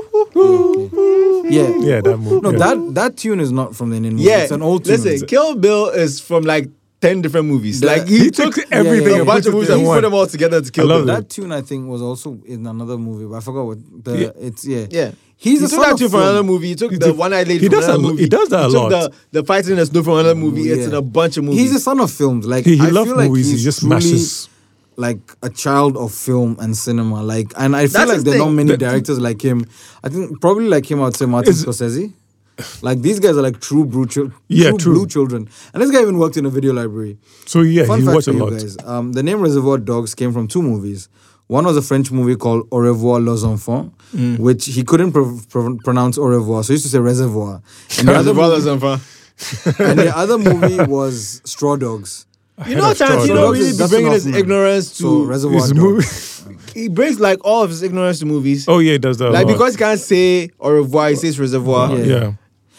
A: Yeah, yeah.
C: Yeah, that movie.
A: No,
C: yeah.
A: that that tune is not from the Indian movie.
B: Yeah.
A: it's an old tune.
B: Listen, Kill Bill is from like ten different movies.
A: That-
B: like he,
C: He
B: took
C: took everything
A: yeah,
B: a
A: and
B: bunch
C: put
B: of
C: it
B: movies
C: in
B: and he
C: one.
B: put them all together to kill
C: love
B: them.
C: it.
A: That tune I think was also in another movie, but I forgot what the
C: Yeah.
A: it's yeah.
B: Yeah.
A: He's
B: he
A: a
B: took that tune from another
A: film.
B: movie. He took
C: He
B: the
C: took-
B: one I laid
C: he
B: from
C: does
B: another
C: that a lo-
B: movie.
C: he does that a
B: took
C: lot.
B: The, the fighting in the snow from another movie. It's
A: Yeah.
B: in a bunch of movies.
A: He's a son of films. Like
C: He- he
A: I
C: loved
A: feel like
C: movies, he
A: he's
C: just
A: truly
C: smashes.
A: Like a child of film and cinema. Like and I feel
B: That's
A: like
B: his
A: there are not
B: thing.
A: many
C: That-
A: directors like him. I think probably like him I'd say Martin
C: Is-
A: Scorsese. Like these guys are like true blue children.
C: Yeah,
A: true,
C: true.
A: blue children. And this guy even worked in a video library.
C: So yeah,
A: Fun
C: he
A: fact
C: watched
A: for
C: a
A: you
C: lot.
A: guys: um, the name Reservoir Dogs came from two movies. One was a French movie called Au revoir les enfants,
B: Mm.
A: which he couldn't pro- pro- pronounce au revoir, so he used to say reservoir. And the,
B: That's
A: other,
B: the brothers and fun.
A: and the other movie was Straw Dogs.
B: You know,
C: of Star
B: Tarantino
C: Wars.
B: know,
A: Dogs
B: really
A: is-
B: be
A: that's
B: bringing
A: an
B: his
A: off-man.
B: ignorance to.
A: So Reservoir
C: His
A: Dogs.
C: movie.
B: he brings like all of his ignorance to movies.
C: Oh yeah, he does that. a
B: Like
C: lot.
B: because he can't say au revoir, he says reservoir.
A: Yeah.
C: yeah.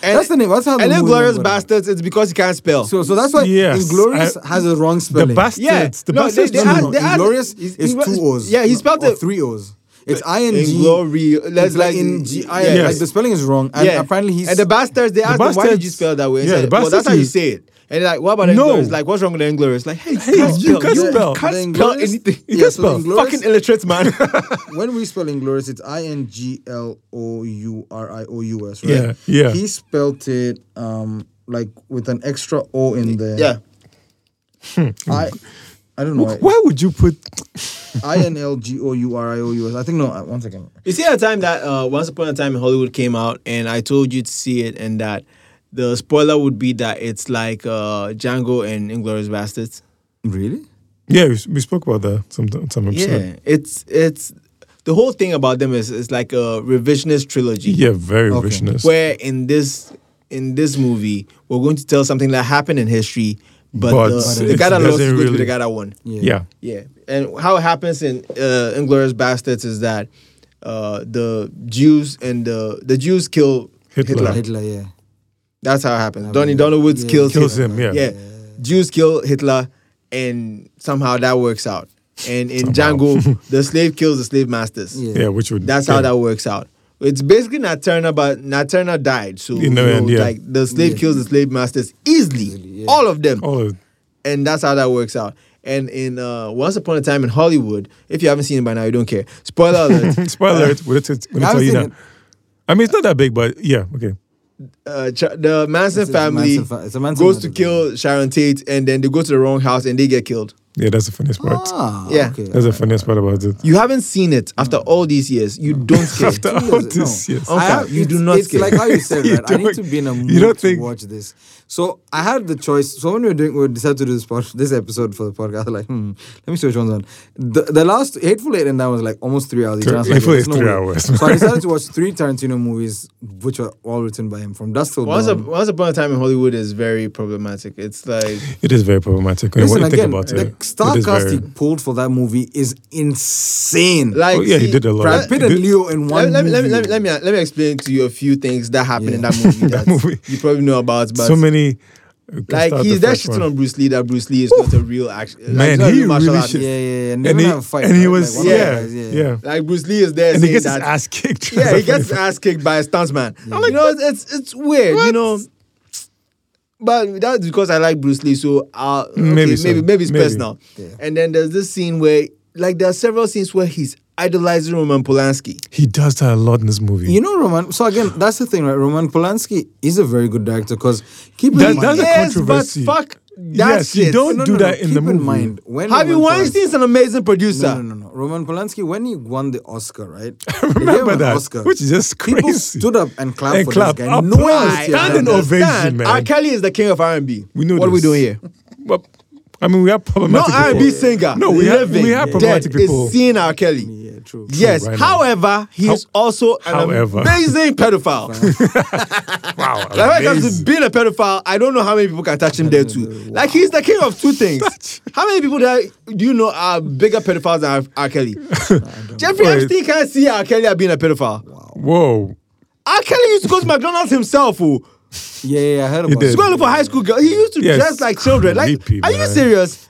B: And,
A: That's the name. That's how. the
B: and then
A: movie
B: Glorious
A: name got it.
B: Bastards, it's because he can't spell.
A: So, so that's why
C: Yes,
A: Inglorious
C: I-
A: has a wrong spelling.
C: The bastards.
B: Yeah,
C: The
B: no,
C: bastards.
B: they
A: No,
C: don't
B: ask-
A: no, no.
C: know.
B: they ask-
A: Inglorious
B: he-
A: is
B: he-
A: two O's.
B: yeah, he spelled
A: or
B: it-
A: three O's. It's ing.
B: Inglorious.
A: It's like in
B: in
A: G I.
B: yeah.
A: Like the spelling is wrong, and apparently he's
B: and the bastards they asked him why did you
C: bastards-
B: spell that way? And
C: Yeah,
B: said,
C: the
B: well, that's
C: bastards
B: how you
C: is-
B: say it. And they're like, what about the
C: No.
B: Inglorious? Like, what's wrong with the Inglorious? Like, hey, you can't
C: Hey, you
B: spell.
C: can't
B: You're-
C: spell.
A: The
B: Can't spell
A: Inglorious-
B: anything.
A: You
C: Yeah, can't
A: so
C: spell.
A: Inglorious-
B: Fucking illiterate man.
A: when we spell inglorious, it's I N G L O U R I O U S, right?
C: Yeah, yeah.
A: He spelled it um like with an extra O in there.
B: yeah.
A: I I don't know.
C: Why would you put?
A: I N L G O U R I O U S. I think no. uh, One second.
B: You see a time that uh, Once Upon a Time in Hollywood came out, and I told you to see it, and that the spoiler would be that it's like uh, Django and Inglorious Bastards.
A: Really?
C: Yeah, we, we spoke about that some some episode.
B: Yeah, it's it's the whole thing about them is it's like a revisionist trilogy.
C: Yeah, very
A: Okay.
C: revisionist.
B: Where in this in this movie, we're going to tell something that happened in history, but,
C: But
B: the, the
C: it
B: guy that lost is
C: doesn't
B: going to be the
C: really-
B: guy that won.
A: Yeah.
C: yeah.
B: Yeah, and how it happens in uh, Inglourious Bastards is that uh, the Jews and the the Jews kill Hitler.
C: Hitler.
A: Hitler. Yeah.
B: That's how it happens. Donny
A: yeah.
B: Donowitz
A: Yeah.
B: kills
C: Kills
B: Hitler.
C: him. Yeah.
B: Yeah. Jews kill Hitler, and somehow that works out. And in Django, the slave kills the slave masters.
A: Yeah.
C: Yeah, which would
B: That's how
C: yeah.
B: that works out. It's basically Nat Turner, but Nat Turner died. So
C: In the
B: you
C: end,
B: know,
C: yeah.
B: like the slave
A: Yeah.
B: kills the slave masters easily,
A: Easily, yeah.
B: all of them,
C: All of
B: and that's how that works out. And in uh, Once Upon a Time in Hollywood, if you haven't seen it by now, you don't care. Spoiler alert:
C: spoiler alert. We'll t- we'll
A: I
C: tell
A: haven't
C: you
A: seen
C: that.
A: it.
C: I mean, it's not that big, but yeah. Okay.
B: uh, Ch- the Manson
A: It's a
B: family
A: Manson fa- it's a Manson
B: goes to
A: murder,
B: kill Sharon Tate, and then they go to the wrong house and they get killed.
C: Yeah, that's the funniest part.
A: Ah.
B: Yeah.
A: Okay.
C: That's the funniest part about it.
B: You haven't seen it after all these years. You don't care.
C: After
A: Who
C: all
A: does-
C: this,
A: no.
C: yes.
A: I
B: Okay.
A: have-
B: You do
A: it's-
B: not
A: It's
B: care.
A: like how you said,
C: You
A: right? I need
C: don't-
A: to be in a
C: you
A: mood
C: don't
A: to
C: think-
A: watch this. So I had the choice. So when we were doing, we decided to do this pod, this episode for the podcast. I was Like, hmm, let me see which one's on. The, the last hateful eight and that was like almost three hours. each, and I was like,
C: Hateful
A: there's
C: Eight's three
A: way.
C: hours.
A: So I decided to watch three Tarantino movies, which were all written by him, from Dust Till
B: Once,
A: Dawn.
B: up- Once upon a time in Hollywood is very problematic. It's like
C: It is very problematic. When
A: Listen
C: you
A: again,
C: think about
A: the
C: it,
A: star
C: it is
A: cast
C: very-
A: he pulled for that movie is insane.
B: like
C: Oh, yeah, he
B: see,
C: did a lot.
B: Brad
A: Brad Pitt
C: he
A: and
C: did-
A: Leo in one
B: Let, let, me- let, me-
A: movie.
B: let, me- let me let me explain to you a few things that happened in
A: Yeah.
B: that movie that,
C: movie.
B: you probably know about, but
C: so many.
B: like he's that shitting on Bruce Lee that Bruce Lee is not a real action.
C: Man,
B: like, he's not a
C: he
B: real martial
C: really
B: artist.
C: shit.
A: yeah, yeah, yeah. And, they even
C: And he,
A: have a fight,
C: and he
A: right?
C: was
A: Like, one of the
C: yeah,
A: guys,
C: yeah,
B: Like Bruce Lee is there
C: and he
B: saying
C: gets
B: that.
C: his ass kicked.
B: yeah, he gets his ass kicked by his stuntman. I'm like, you know, it's it's weird, you know. But that's because I like Bruce Lee, so uh, okay, maybe,
C: Maybe so.
B: maybe maybe it's
C: Maybe.
B: personal.
A: Yeah.
B: And then there's this scene where, like, there are several scenes where he's idolizing Roman Polanski.
C: He does that a lot in this movie.
A: You know, Roman. So again, that's the thing, right? Roman Polanski is a very good director because keep in
C: That-
A: mind.
C: that's a
B: Yes, but
C: controversy.
B: fuck that
C: yes,
B: shit.
C: you don't
A: No, no,
C: do
A: no,
C: that in
A: keep
C: the movie.
A: mind when
B: Harvey
A: Roman Polanski-
B: Weinstein's an amazing producer.
A: No, no, no, no. Roman Polanski, when he won the Oscar, right? I
C: remember that, which is just
A: People
C: crazy.
A: stood up and clapped
C: And
A: for
C: clapped.
A: this guy. No
B: Oh,
A: one
C: Applause.
A: else here had
C: Standing
A: done
C: ovation,
B: understand.
C: man.
B: R. Kelly is the king of R&B.
C: We know
B: what are we
C: this.
B: doing here.
C: But, I mean, we have
B: No
C: problematic.
B: R&B
C: people.
B: singer.
C: No, we have
B: living,
C: we have problematic
B: dead,
C: people.
B: Is seeing R. Kelly.
A: that. Yeah, true.
B: Yes.
C: right now.
B: however, he is also an
C: however.
B: amazing pedophile.
C: Wow,
B: like when it comes to
C: amazing.
B: being a pedophile, I don't know how many people can touch him there too. Like he's the king of two things. how many people that do you know are bigger pedophiles than R. R. Kelly? Jeffrey
C: Wait.
B: Epstein can't see R. Kelly as being a pedophile.
C: Whoa,
B: R. Kelly used to go to McDonald's himself. Oh.
A: Yeah, yeah, I heard about
C: did.
A: it.
B: He's going for high school girls. He used to
C: Yes.
B: dress like children. Like,
C: Creepy,
B: are you
C: man.
B: serious?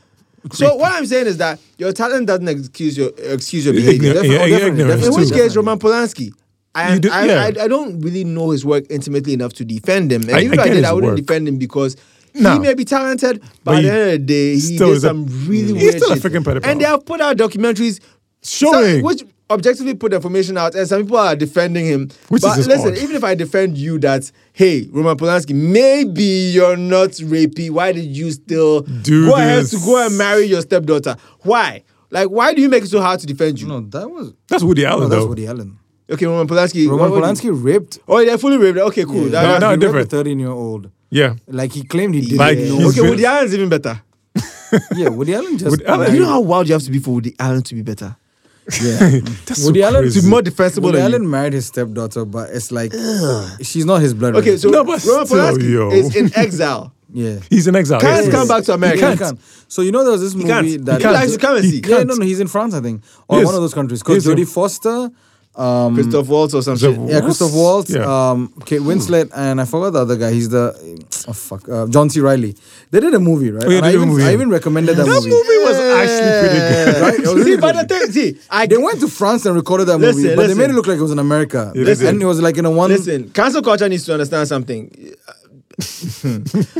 B: So what I'm saying is that your talent doesn't excuse your excuse your behavior.
C: Ignor-
B: Definitely.
C: yeah,
A: definitely,
C: ignorance
B: In
A: definitely,
B: which
C: too.
B: case, Roman Polanski. I,
C: You do-
B: I,
C: yeah.
B: I, I don't really know his work intimately enough to defend him. And
C: I-
B: even if
C: I
B: I
C: get
B: did,
C: his
B: I wouldn't
C: work.
B: defend him because
C: Nah.
B: He may be talented, but,
C: But
B: at
C: he
B: the end of the day, he
C: still
B: did
C: is a-
B: some really
C: he's
B: weird
C: still a
B: shit.
C: freaking pedophile.
B: And they have put out documentaries some-
C: Showing.
B: which objectively put the information out, and some people are defending him.
C: Which
B: but
C: is just
B: listen,
C: odd.
B: even if I defend you that, hey, Roman Polanski, maybe you're not rapey. Why did you still
C: Do
B: go ahead
C: this.
B: to go and marry your stepdaughter? Why? Like, why do you make it so hard to defend you?
A: No, that was
C: That's Woody Allen,
A: no, that's
C: though.
A: Woody Allen.
B: Okay, Roman Polanski.
A: Roman
B: what- what-
A: Polanski raped.
B: Oh, they're fully raped. Okay, cool. That-
C: No,
B: that's-
C: no,
A: he raped a
C: different.
A: thirteen-year-old.
C: yeah.
A: Like he claimed he did.
C: Like,
A: it.
B: Yeah.
C: he's
B: okay,
C: been-
B: Woody Allen's even better.
A: yeah, Woody Allen just.
C: Woody Allen-
B: You know how wild you have to be for Woody Allen to be better?
A: Yeah.
C: That's
A: Woody
C: so
A: Allen
C: crazy.
A: to
B: More defensible
A: Woody
B: than
A: Allen married his stepdaughter, but it's like she's not his blood.
B: Okay,
A: relative.
B: so
C: No,
B: Roman
C: but still,
B: Polanski
C: yo.
B: is in exile.
A: yeah,
C: He's in exile.
B: Can't
C: Yes,
B: come
C: yes.
B: back to America.
A: He can't, he can't. So you know there was this
B: He can't.
A: movie
B: He
A: that
B: can't. He can't see.
A: Yeah, no, no, he's in France, I think, or
C: Yes.
A: one of those countries. Because
C: Yes, yeah.
A: Jodie Foster, um,
B: Christoph Waltz or some
C: The-
B: shit.
A: yeah, Christoph Waltz,
C: Yeah.
A: um, Kate Winslet, and I forgot the other guy. He's the oh fuck, uh, John C. Riley. They did a movie, right?
C: Oh, yeah,
A: And
C: they
A: I,
C: did a
A: even,
C: movie,
A: I
C: yeah.
A: even recommended that,
C: That
A: movie.
C: movie was actually pretty good.
B: Yeah.
A: Right? It was
B: see,
A: really
B: but the
A: good.
B: thing, see, I
A: They went to France and recorded that
B: Listen,
A: movie, but they made
B: listen.
A: it look like it was in America.
C: they did.
A: and it was like in a one.
B: listen. Cancel culture needs to understand something.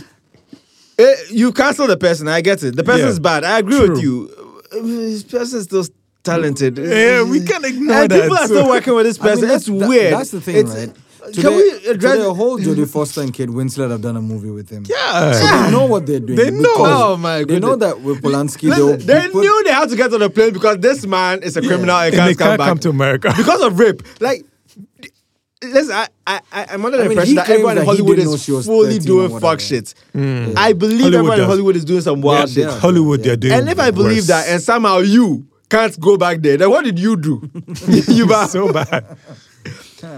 B: Eh, you cancel the person. I get it. The person's
C: Yeah.
B: bad. I agree with
C: True.
B: you. Uh, This person's still talented.
C: Yeah, we can ignore
B: and
C: that,
B: People are
C: so-
B: still working with this
A: I mean,
B: person.
A: that's,
B: That's
A: that-
B: weird.
A: That's the thing,
B: It's-
A: right? Today,
B: Can we address?
A: today a whole Jodie Foster and Kate Winslet have done a movie with him.
C: Yeah.
A: They know what they're doing.
C: They know.
A: because
B: Oh, my
A: They know
B: goodness.
A: that with Polanski,
B: Listen,
A: they'll
B: they
A: be put-
B: knew they had to get on the plane because this man is a criminal and,
C: And they
B: can't,
C: can't
B: come,
C: come
B: back
C: to America.
B: because of rape. Like, d- listen, I, I, I- I'm under the
A: I mean,
B: impression
A: he
B: that
A: claims
B: everyone in
A: that he
B: Hollywood
A: didn't know she was
B: is fully
A: 13 or
B: doing fuck
A: whatever.
B: shit. I believe
C: Mm. Hollywood
B: everyone in
C: does.
B: Hollywood is doing some
C: Yeah,
B: wild shit.
C: Hollywood, they're doing
B: And if I believe
C: worse.
B: that, and somehow you can't go back there, then what did you do? you ba-
C: so bad.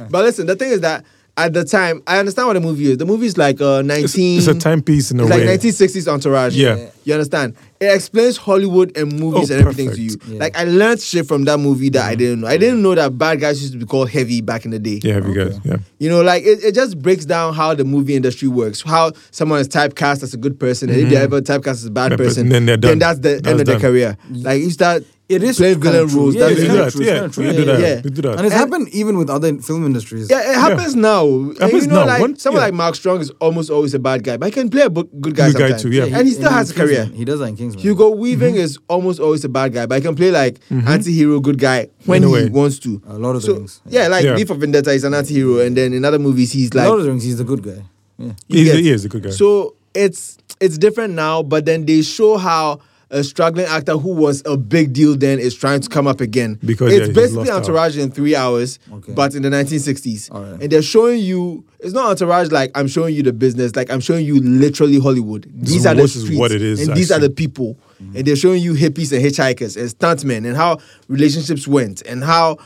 B: But listen, the thing is that at the time, I understand what the movie is. The movie is like uh, 19.
C: It's, it's a timepiece in a
B: It's
C: way.
B: like 1960s entourage.
C: Yeah.
B: You understand? It explains Hollywood and movies
C: Oh,
B: and everything to you.
C: perfect. Mm.
A: Yeah.
B: Like I learned shit from that movie that I didn't know. I didn't know that bad guys used to be called heavy back in the day.
C: yeah, have you guys? Yeah.
B: You know, like it, it just breaks down how the movie industry works. How someone is typecast as a good person, and if they're ever typecast as a bad
C: Mm-hmm. Yeah, but
B: person,
C: then they're done.
B: that's the
C: That's
B: end of their
C: done.
B: career. Like you start
A: It is
B: playing
A: kinda
B: villain
A: true.
B: roles.
A: Yeah,
B: that's
A: it's
C: They do
A: kinda
C: that.
A: true, it's
C: Yeah,
A: kinda true.
C: we do that.
B: Yeah.
C: We do that.
A: And it's
B: And-
A: happened even with other film industries.
B: Yeah, it happens now. And
C: Happens
B: you know,
C: now.
B: like
C: One-
B: someone
C: yeah.
B: like Mark Strong is almost always a bad guy, but he can play a bu- good guy
C: Good guy
B: sometimes.
C: too, yeah.
B: And he still
A: in
B: has a
A: Kingsman.
B: career.
A: He does that in Kingsman.
B: Hugo Weaving is almost always a bad guy, but he can play like anti-hero, good guy when
C: a
B: he
C: way.
B: wants to.
A: A lot of
B: so,
A: things.
B: Yeah, like
C: Yeah.
B: V for Vendetta is an anti-hero, and then in other movies he's
A: Lord of
B: like.
A: the Rings, he's the good guy. Yeah.
C: He's,
B: Yes.
C: he is a good guy.
B: So it's it's different now, but then they show how a struggling actor who was a big deal then is trying to come up again.
C: Because, yeah,
B: it's
C: he's
B: basically
C: lost out.
B: Entourage in three hours,
A: Okay.
B: but in the 1960s,
A: All right.
B: and they're showing you. It's not Entourage like I'm showing you the business, like I'm showing you literally Hollywood. These are the
C: this is
B: streets,
C: what it is,
B: and these are
C: actually.
B: the people,
A: Mm-hmm.
B: and they're showing you hippies and hitchhikers and stuntmen, and how relationships went, and how.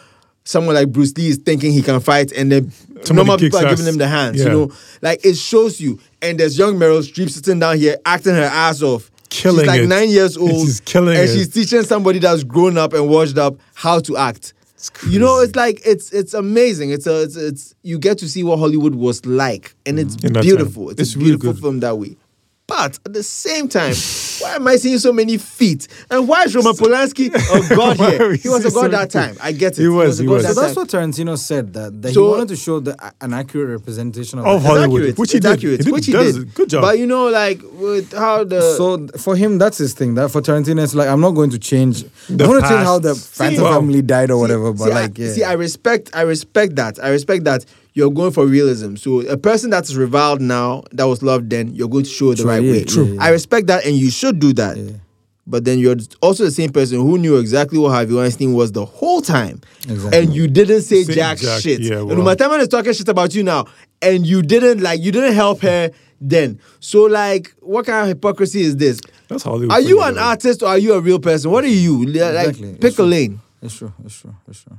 B: Someone like Bruce Lee is thinking he can fight, and then
C: Somebody
B: normal people
C: kicks
B: are
C: ass.
B: giving him the hands. You
C: Yeah.
B: know, like it shows you. And there's young Meryl Streep sitting down here acting her ass off.
C: Killing
B: She's like
C: it.
B: nine years old.
C: She's killing
B: and
C: it.
B: she's teaching somebody that's grown up and washed up how to act. You know,
C: crazy.
B: it's like it's it's amazing. It's a it's, it's you get to see what Hollywood was like, and it's
C: Mm, In that time.
B: beautiful. It's,
C: It's
B: a
C: really
B: beautiful
C: good.
B: film that way. But at the same time, why am I seeing so many feet? And why is Roman Polanski a god
C: Why are
B: here?
C: we
B: He was a
C: seeing so
B: god
C: many
B: that
C: feet?
B: time. I get it.
C: He was,
B: a
C: he
B: god
C: was.
A: So
B: that
A: that's
B: time.
A: what Tarantino said that, that
B: So-
A: he wanted to show the, an accurate representation of,
C: Of
A: that.
C: Hollywood.
B: It's accurate,
C: which he
B: it's
C: did.
B: accurate,
C: He did-
B: which he
C: does
B: did.
C: a good job.
B: But you know, like with how the
A: So th- for him, that's his thing. That for Tarantino, it's like I'm not going to change. I'm going to change how the
C: past.
A: Phantom
C: See, wow.
A: family died or
B: See-
A: whatever. But
B: see, I-
A: like, yeah.
B: see, I respect, I respect that. I respect that you're going for realism. So a person that's reviled now, that was loved then, you're going to show it the
A: True,
B: right
A: yeah,
B: way.
A: true.
B: I respect that, and you should do that. But then you're also the same person who knew exactly what Harvey Weinstein was the whole time,
A: Exactly.
B: and you didn't say
C: Say
B: jack,
C: jack,
B: shit.
C: yeah,
B: And
C: well.
B: my time is talking shit about you now, and you didn't like, you didn't help her then. So like, what kind of hypocrisy is this?
C: That's Hollywood.
B: Are
C: for
B: you an
C: though.
B: artist or are you a real person? What are you? Li- Like,
A: Exactly. It's
B: pick a
A: true.
B: lane.
A: it's true. It's true. It's true.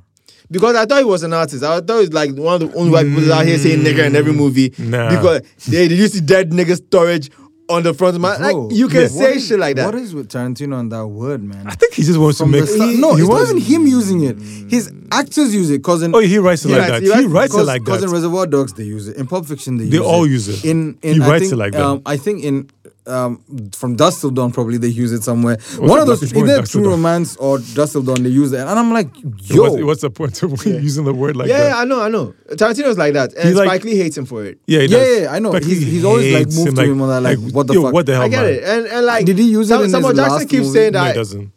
B: Because I thought he was an artist. I thought he was like one of the only white people out here saying nigger in every movie.
C: Nah.
B: Because they, they used to dead nigger storage on the front of my.
A: Bro,
B: Uh, like, you can
A: what
B: say
A: is-
B: shit like that.
A: What is with Tarantino and that word, man?
C: I think he just wants
A: From
C: to
A: the
C: make.
A: start-
C: He-
A: no,
C: he
A: it's not
C: wants-
A: even him using it. His
B: Mm.
A: actors use it, causing.
C: Oh, he writes it
B: He
C: like
B: writes-
C: that.
B: he writes-
C: He writes it
A: Cause-
C: like
A: cause in
C: that.
A: Reservoir Dogs, they use it. In Pulp Fiction, they,
C: They
A: use it.
C: all use it.
A: In, in
C: He
A: I
C: writes
A: think,
C: it like that.
A: Um, I think in um, from Dust Till Dawn, probably they use it somewhere.
C: What's
A: One
C: the
A: of
C: black
A: those,
C: people in
A: either
C: Dust Till
A: True
C: Dawn?
A: Romance or Dust Till Dawn, they use it. And I'm like, yo.
C: What's, what's the point of using the word like
B: yeah,
C: that?
B: yeah, I know, I know. Tarantino's like that, and
C: He's like-
B: Spike Lee hates him for it.
C: Yeah, he
A: Yeah,
C: does.
A: yeah, I know.
C: Spike
A: He's-
C: Lee
A: he's always, like,
C: hates
A: moved
C: him,
A: to him on that, like, what the
C: yo,
A: fuck?
C: What the hell?
B: I get
C: Oh, man?
B: it, and and like
A: Did he use it in
B: Samuel
A: his
B: Jackson
A: last
B: keeps
A: movie?
B: saying
C: No, he
B: that
C: doesn't.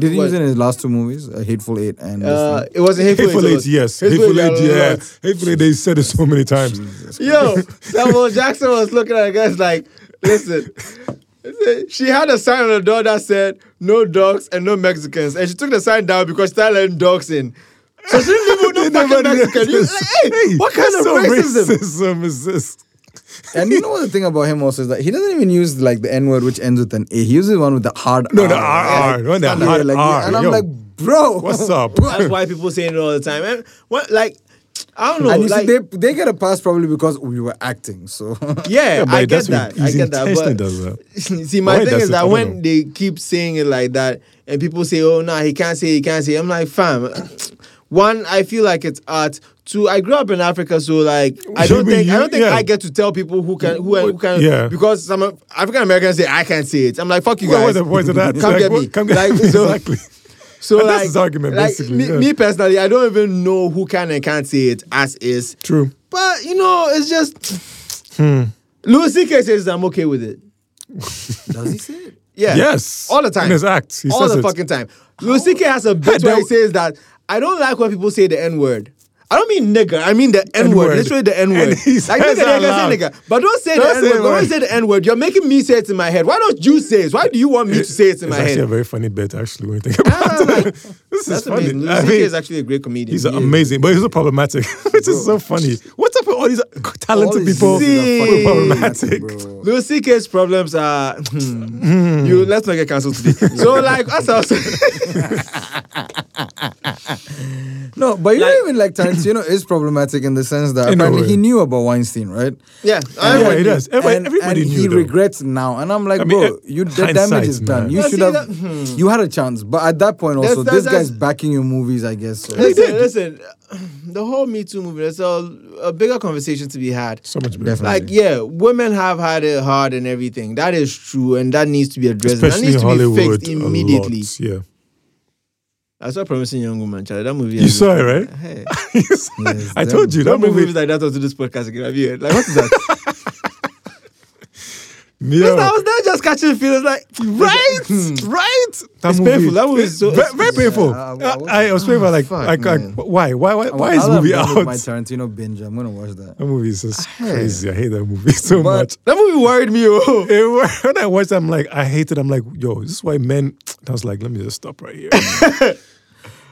A: Did he
B: What?
A: use it in his last two movies? Uh, Hateful Eight and. this
B: uh,
A: thing?
B: it wasn't hateful.
C: Hateful
B: Eight, it
C: Eight,
B: was-
C: yes.
B: Hateful
C: Hateful
B: Eight,
C: Eight,
B: I
C: yeah.
B: love it.
C: Hateful Eight, they said it so many times.
B: Yo, Samuel Jackson was looking at the guys like, listen. he said, She had a sign on the door that said "No dogs and no Mexicans," and she took the sign down because she started letting dogs in. So she didn't even know fucking Mexicans. You- like, hey, what kind of
C: so
B: racism?
C: racism is this?
A: and you know what the thing about him also is that he doesn't even use like the N word which ends with an A. He uses one with the hard
C: No,
A: R.
C: the R, R, not the
A: Yeah,
C: hard
A: like,
C: R.
A: And I'm
C: yo.
A: like, bro.
C: what's up?
B: That's why people say it all the time. And what, like, I don't know.
A: And you
B: like,
A: see, they, they get a pass probably because we were acting. So
B: yeah,
C: Yeah, but
B: I get
C: that's what
B: that. I
C: he's
B: get that.
C: intentionally
B: But
C: does that.
B: see, my
C: Why
B: thing
C: does
B: is
C: it? I
B: that
C: don't
B: when
C: know.
B: they keep saying it like that, and people say, "Oh no, he can't say, he can't say," I'm like, fam. One, I feel like it's art. Two, I grew up in Africa, so like I
C: Should
B: don't
C: we
B: think I
C: u-
B: don't think
C: yeah.
B: I get to tell people who can who, who can
C: Yeah.
B: because some African Americans say I can't say it. I'm like fuck you
C: Well,
B: guys.
C: what's the point of that?
B: Come
C: Like,
B: get
C: what-
B: me.
C: Come get
B: Like,
C: me.
B: so-
C: Exactly.
B: So
C: And
B: like,
C: that's his argument,
B: like,
C: basically,
B: Me,
C: yeah.
B: me personally, I don't even know who can and can't say it as is.
C: True.
B: But you know, it's just
C: Hmm.
B: Louis C.K. says I'm okay with it.
A: does he say it?
B: Yeah.
C: Yes.
B: All the time.
C: In his act, he
B: All
C: says
B: the
C: it.
B: fucking time. Louis C.K. has a bit
C: Hey,
B: where he
C: that-
B: says that I don't like when people say the N word. I don't mean nigger. I mean the N
C: N-word.
B: word. Literally the N word.
C: And
B: Like
C: he says
B: nigga,
C: that
B: nigga, say
C: loud.
B: nigga. But don't say
C: Don't
B: the
C: say
B: N word.
C: word.
B: Don't say the N word. You're making me say it in my head. Why don't you say it? Why do you want me to say it in
C: It's
B: my
C: actually a
B: head?
C: very funny bit, actually, when you think about
B: Ah,
C: it. This is
B: That's
C: funny.
B: amazing. Louis
C: I
B: C.K.
C: mean,
B: is actually a great comedian.
C: He's
B: He is.
C: amazing, but he's so problematic, which is so funny. What's up with all these talented
A: All these
C: people
A: dudes
C: who are
A: are fucking
C: problematic?
A: bro.
B: Louis C.K.'s problems are hmm.
C: Hmm.
B: you. Let's not get cancelled today. so like us, also,
A: No, but you know, even like Tarantino is problematic in the sense that
C: In a
A: apparently
C: way.
A: he knew about Weinstein, right?
B: yeah,
C: Yeah, he
B: everybody-
C: does. Everybody,
A: and,
C: everybody
A: and
C: knew.
A: he
C: though.
A: regrets now, and I'm like,
C: I mean,
A: bro,
C: uh,
A: you the damage is
C: hindsight,
A: done.
C: man.
A: You
B: But
A: should
B: see
A: have,
B: that-
A: you had a chance, but at hmm. that point also, this
B: That's-
A: guy's
B: that's-
A: backing your movies, I guess. So.
B: Listen, listen, the whole Me Too movement. There's a, a bigger conversation to be had.
C: so much better.
A: Definitely.
B: Like, yeah, women have had it hard and everything. That is true, and that needs to be addressed. and that
C: Especially
B: needs
C: in
B: to be
C: Hollywood.
B: fixed
C: a lot,
B: immediately.
C: Yeah.
B: I saw Promising Young Woman, Charlie. That movie.
C: You saw it, right?
B: Hey,
C: I
A: that-
C: told you that
B: don't move movies
C: movie.
B: like that onto this podcast again. Have you heard? Like, what is that?
C: Yeah.
B: I was there just catching feelings, like
C: Right,
B: Hmm.
C: right. That
B: It's
C: movie-
B: painful. That movie is so-
C: very, very painful.
A: Yeah, I- I
C: I,
A: was-
C: I was painful. Like,
B: fuck,
C: I can't.
B: man.
C: Why, why, why, why
A: I'll
C: is
A: have
C: movie
A: done
C: out?
A: With my
C: That
A: Tarantino binge. I'm gonna watch that.
C: movie is just crazy. I hate that movie so
A: But-
C: much.
B: That movie worried me. Oh.
C: It wa- when I watched, it, I'm like, I hate it. I'm like, yo, this is why men. I was like, let me just stop right here.
A: Oh,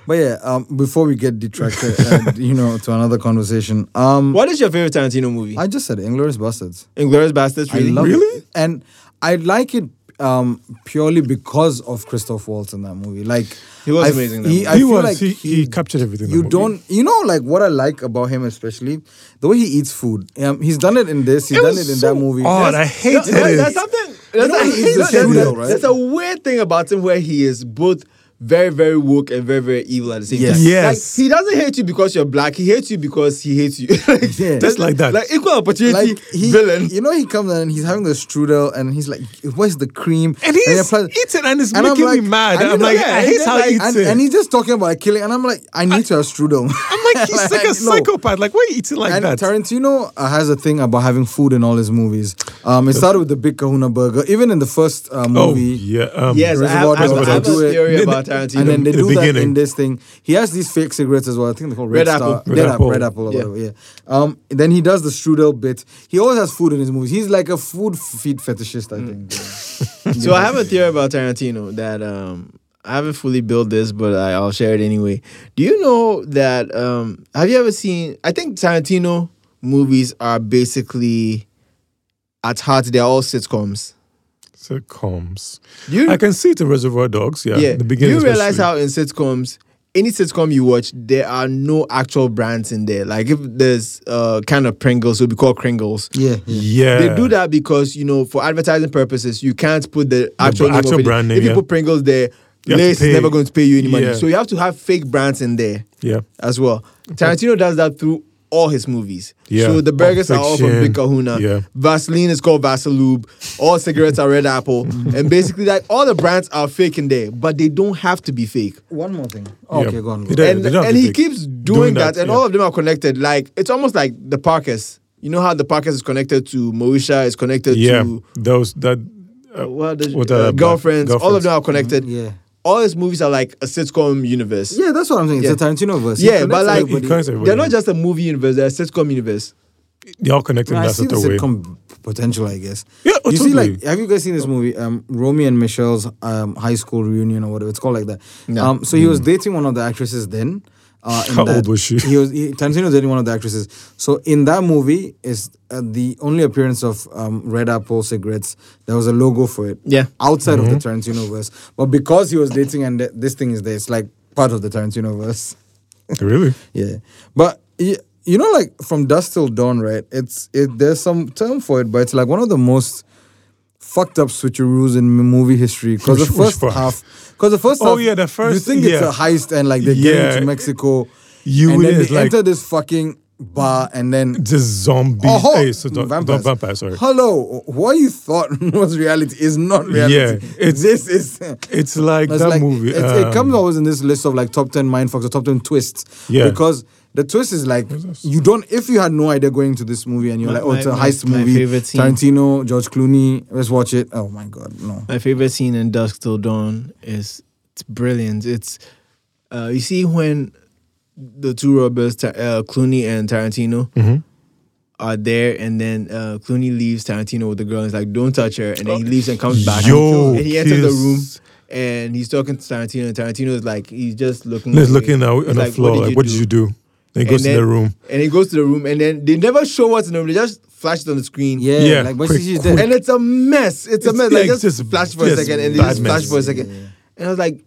A: But yeah, um, before we get detracted, uh, you know, to another conversation. Um,
B: What is your favorite Tarantino movie?
A: I just said Inglorious Bastards.
B: Inglourious Bastards.
A: I
B: Really?
A: love
C: Really?
A: it. And I like it um, purely because of Christoph Waltz in that movie. Like
B: He was
A: I
B: amazing in that movie.
A: I
C: he
A: feel
C: was.
A: like
C: he, he captured everything. in
A: you
C: that movie.
A: don't you know like what I like about him especially the way he eats food. Um, he's done it in this. He's
C: It
A: done
C: was
A: it in that
C: so
A: movie.
C: odd. I
B: There-
C: hated
B: there-
C: it.
B: There's something. There's,
A: know
B: a,
A: what he is? He's
B: there's-
A: a
B: there's-
A: weirdo, right?
B: there's a weird thing about him where he is both very, very woke and very, very evil at the same
A: Yes.
B: time.
C: Yes.
B: Like, he doesn't hate you because you're black. He hates you because he hates you. like,
A: Yeah.
C: Just like that.
B: Like equal opportunity
A: Like he,
B: villain.
A: you know, he comes in and he's having the strudel, and he's like, "Where's the cream?"
C: And he's
A: you're plus-
C: eating and it's
A: And I'm
C: making
A: like-
C: me mad.
A: and you
C: I'm
A: know,
C: like,
A: yeah,
C: I
A: and
C: hate
A: then,
C: how
A: like-
C: he eats
A: and,
C: it.
A: And he's just talking about killing, and I'm like, I need to have strudel.
C: I'm like, he's like a
A: no.
C: psychopath. Like, why are you eating like
A: and
C: that?
A: Tarantino uh, has a thing about having food in all his movies. Um, it started with the Big Kahuna Burger, even in the first uh,
C: oh,
A: movie.
C: yeah. Um,
B: yes, I have, I have, I
A: Reservoir
B: have a
A: Dogs.
B: theory
C: Then-
B: about
C: and
B: Tarantino.
A: And then they
C: the
A: do that
C: beginning.
A: in this thing. He has these fake cigarettes as well. I think they're called Red,
B: Red
A: Star.
B: Apple.
A: Red,
C: Red
A: Apple.
C: Apple.
A: Red Apple or
B: Yeah.
A: whatever. Yeah. Um, then he does the strudel bit. He always has food in his movies. He's like a food feed fetishist,
B: Mm.
A: I think.
B: so I have a theory about Tarantino that um, I haven't fully built this, but I, I'll share it anyway. Do you know that? Um, have you ever seen? I think Tarantino movies are basically at heart they're all sitcoms.
C: Sitcoms.
B: Do you
C: I can see it in Reservoir Dogs. Yeah.
B: yeah?
C: The beginning.
B: do you realize
C: especially.
B: how in sitcoms? Any sitcom you watch, there are no actual brands in there. Like if there's uh kind of Pringles, it would be called Kringles.
A: yeah. yeah.
C: Yeah.
B: They do that because you know, for advertising purposes, you can't put the actual, name
C: actual
B: of it.
C: brand name,
B: If you
C: yeah.
B: put Pringles there,
C: You have to
B: Lay's is
C: pay.
B: never going to pay you any money.
C: Yeah.
B: So you have to have fake brands in there
C: Yeah.
B: as well. Tarantino does that through all his movies.
C: Yeah,
B: So the
C: Pulp
B: burgers are all from
C: Fiction,
B: Big Kahuna.
C: yeah.
B: Vaseline is called Vasalube. All cigarettes are Red Apple. and basically, like all the brands are fake in there, but they don't have to be fake.
A: One more thing.
C: Yeah.
A: Okay, go on. Go
C: He
A: on.
C: does. Yeah,
B: and
C: they don't
B: and
C: have to
B: he
C: fake.
B: keeps doing,
C: Doing
B: that,
C: that,
B: and
C: yeah.
B: all of them are connected. Like it's almost like the Parkers. You know how the Parkers is connected to Moesha, is connected
C: yeah,
B: to
C: those that uh,
B: well, the,
C: What,
B: uh,
C: uh,
B: girlfriends, all of
C: girlfriends.
B: them are connected.
A: Mm-hmm. Yeah.
B: All his movies are like a sitcom universe.
A: Yeah, that's what I'm saying. It's
B: Yeah.
A: a Tarantino verse. He
B: Yeah,
A: connects
B: but like
A: everybody.
C: It connects
B: they're not just a movie universe; they're a sitcom universe.
C: they all connected.
A: I
C: in that
A: see
C: sort
A: the
C: of way.
A: sitcom potential, I guess.
C: Yeah, oh,
A: you see,
C: totally. Oh.
A: like, have you guys seen this movie, um, Romeo and Michelle's um, high school reunion or whatever it's called, like that?
B: No.
A: Um, so he was dating one of the actresses then. Uh, in
C: Mm. How
A: that-
C: old was she?
A: He was he, Tarantino was dating one of the actresses. So in that movie is uh, the only appearance of um, Red Apple cigarettes. There was a logo for it.
B: Yeah.
A: outside of
C: Mm-hmm.
A: the Tarantino verse, but because he was dating and th- this thing is there, it's like part of the Tarantino verse.
C: Really?
A: Yeah, but y- you know, like from dusk till dawn, right? It's it. There's some term for it, but it's like one of the most fucked up switcheroos in m- movie history. Because the
C: Which- which
A: first
C: part?
A: half, because the first
C: Oh,
A: half,
C: yeah, the first-
A: you think it's
C: yeah.
A: a heist and like they're
C: Yeah.
A: getting to Mexico,
C: You
A: and
C: would-
A: then they
C: it's like-
A: enter this fucking bar and then.
C: Just zombie.
A: Oh, ho-
C: hey, so don't,
A: vampires.
C: vampires. vampire, sorry.
A: Hello, what you thought was reality is not reality.
C: Yeah, it's-
A: this is
C: It's like
A: It's
C: that
A: like-
C: movie. um,
A: it's- it comes always in this list of like top ten mindfucks or top ten twists.
C: Yeah.
A: Because the twist is like you don't if you had no idea going to this movie and you're
B: My-
A: like, oh, it's a
B: my- my-
A: heist
B: my
A: movie.
B: favorite scene.
A: Tarantino, George Clooney, let's watch it. Oh my god, no.
B: My favorite scene in Dusk Till Dawn is it's brilliant. It's uh, you see when the two robbers, Ta- uh, Clooney and Tarantino,
C: Mm-hmm.
B: are there, and then uh, Clooney leaves Tarantino with the girl. And he's like, "Don't touch her," and then he leaves and comes back.
C: Oh, Yo,
B: and he enters the
C: kiss.
B: room. And he's talking to Tarantino, and Tarantino is like, he's just looking.
C: He's
B: away.
C: looking at,
B: He's
C: on the floor. Like, what did you do? Then he
B: And
C: goes to the
B: then-
C: room.
B: And he goes to the room, and then they never show what's in the room. They just flash it on the screen.
A: Yeah,
C: Yeah,
A: like when
C: quick,
A: she's
C: quick.
A: dead.
B: And it's a mess. It's, a
C: It's
B: mess.
C: like
B: Like, just,
C: just-
B: flash for
C: just
B: a second and they
C: bad
B: just flash
C: mess.
B: for a second. And I was like,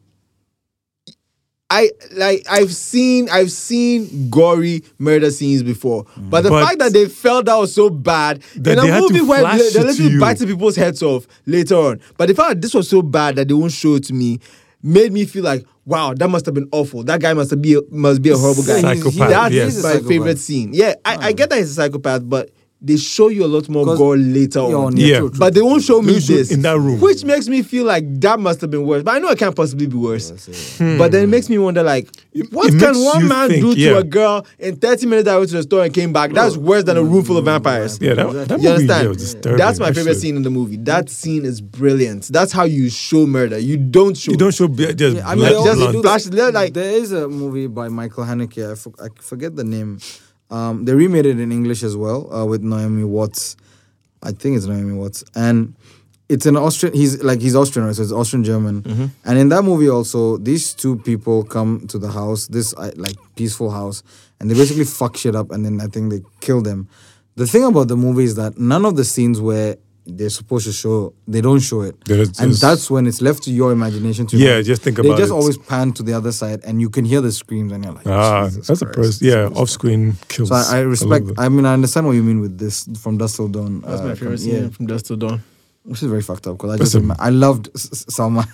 B: I like I've seen I've seen gory murder scenes before, but the
C: Mm. But-
B: fact that they felt that was so bad
C: That
B: in a
C: they had to
B: movie where
C: flash
B: they-
C: it
B: they're
C: to
B: literally
C: you.
B: biting people's heads off later on, but the fact that this was so bad that they won't show it to me made me feel like wow that must have been awful. That guy must be a, must be a horrible guy.
C: Psychopath,
B: That
C: yes.
B: is
A: He's a
B: my
A: psychopath.
B: favorite scene. Yeah, I, I get that he's a psychopath, but they show you a lot more
A: 'Cause
B: gore later on.
C: Yeah.
A: true, true.
B: But they won't show me
C: They shoot
B: this
C: in that room.
B: which makes me feel like that must have been worse. But I know it can't possibly be worse. Hmm. But then it makes me wonder, like, what can
C: it makes
B: one
C: you
B: man
C: think,
B: do to
C: yeah.
B: a girl in 30 minutes? I went to the store and came back. That's worse than a room full of vampires.
C: Yeah, that, that
B: You
C: movie yeah,
B: understand?
C: was disturbing.
B: That's my favorite
C: actually.
B: scene in the movie. That scene is brilliant. That's how you show murder. You don't show.
C: You don't show be- just
A: Yeah,
C: blunt-
A: they also
B: just
C: blunt.
A: do
B: flash-
A: that.
B: they're like-
A: there is a movie by Michael Haneke. I, for, I forget the name. Um, they remade it in English as well uh, with Naomi Watts. I think it's Naomi Watts, and it's an Austrian. He's like he's Austrian, right? So it's Austrian German.
C: Mm-hmm.
A: And in that movie, also these two people come to the house, this uh, like peaceful house, and they basically fuck shit up, and then I think they kill them. The thing about the movie is that none of the scenes where they're supposed to show, they don't show it,
C: There is
A: and
C: just-
A: that's when it's left to your imagination to
C: Yeah, just think
A: they
C: about
A: just
C: it.
A: always pan to the other side, and you can hear the screams, and you're like,
C: Ah,
A: Jesus
C: that's a
A: Christ.
C: person. Yeah, off screen kills.
A: So I, I
C: love
A: respect.
C: it.
A: I mean, I understand what you mean with this from Dust Till Dawn.
B: That's my
A: uh,
B: favorite
A: com-
B: scene from Dust Till Dawn.
A: which is very fucked up because I just
C: Listen.
A: remem- I loved S- S- Salma.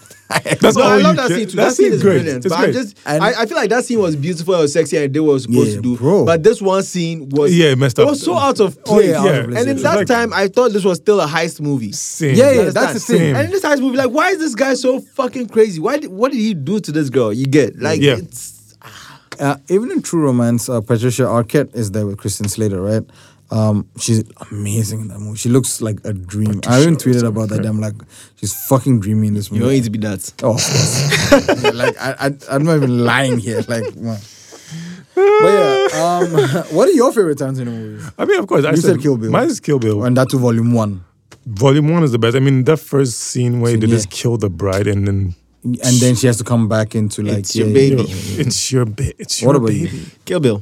C: That's
B: no,
C: all
B: I
C: you
B: love that
C: can-
B: scene too.
C: that
B: That, scene
C: scene's
B: is
C: great.
B: brilliant.
C: It's
B: but
C: great.
B: I'm just,
A: And-
B: I, I feel like that scene was beautiful and sexy and they were supposed
A: Yeah,
B: to do.
A: bro.
B: But this one scene was
C: Yeah, it messed
B: It
C: up.
B: was so out of
A: Oh,
B: place.
A: yeah, out of place,
B: and in
A: yeah.
B: that
C: Like-
B: time, I thought this was still a heist movie.
C: Same.
A: Yeah,
B: You
A: yeah, that's the
B: understand?
A: thing.
B: And in this heist movie, like, why is this guy so fucking crazy? Why? Did, what did he do to this girl? You get like,
C: Yeah.
B: it's
A: uh, even in True Romance, uh, Patricia Arquette is there with Kristen Slater, right? Um, she's amazing in that movie. She looks like a dream. I even tweeted about that. I'm like, she's fucking dreamy in this movie.
B: you don't need to be that.
A: Oh, of course. Yeah, like I, I, I'm not even lying here. Like, man. but yeah. Um, what are your favorite Tarantino movies?
C: I mean, of course. I
A: You said Kill Bill.
C: Mine is Kill Bill.
A: And that to Volume One,
C: Volume one is the best. I mean, that first scene where they
A: Scene,
C: just
A: yeah.
C: kill the bride and then
A: and then she has to come back into like
B: It's your
A: yeah,
B: baby.
C: you know, it's your ba- it's your
A: What about
C: baby.
A: you?
B: Kill Bill.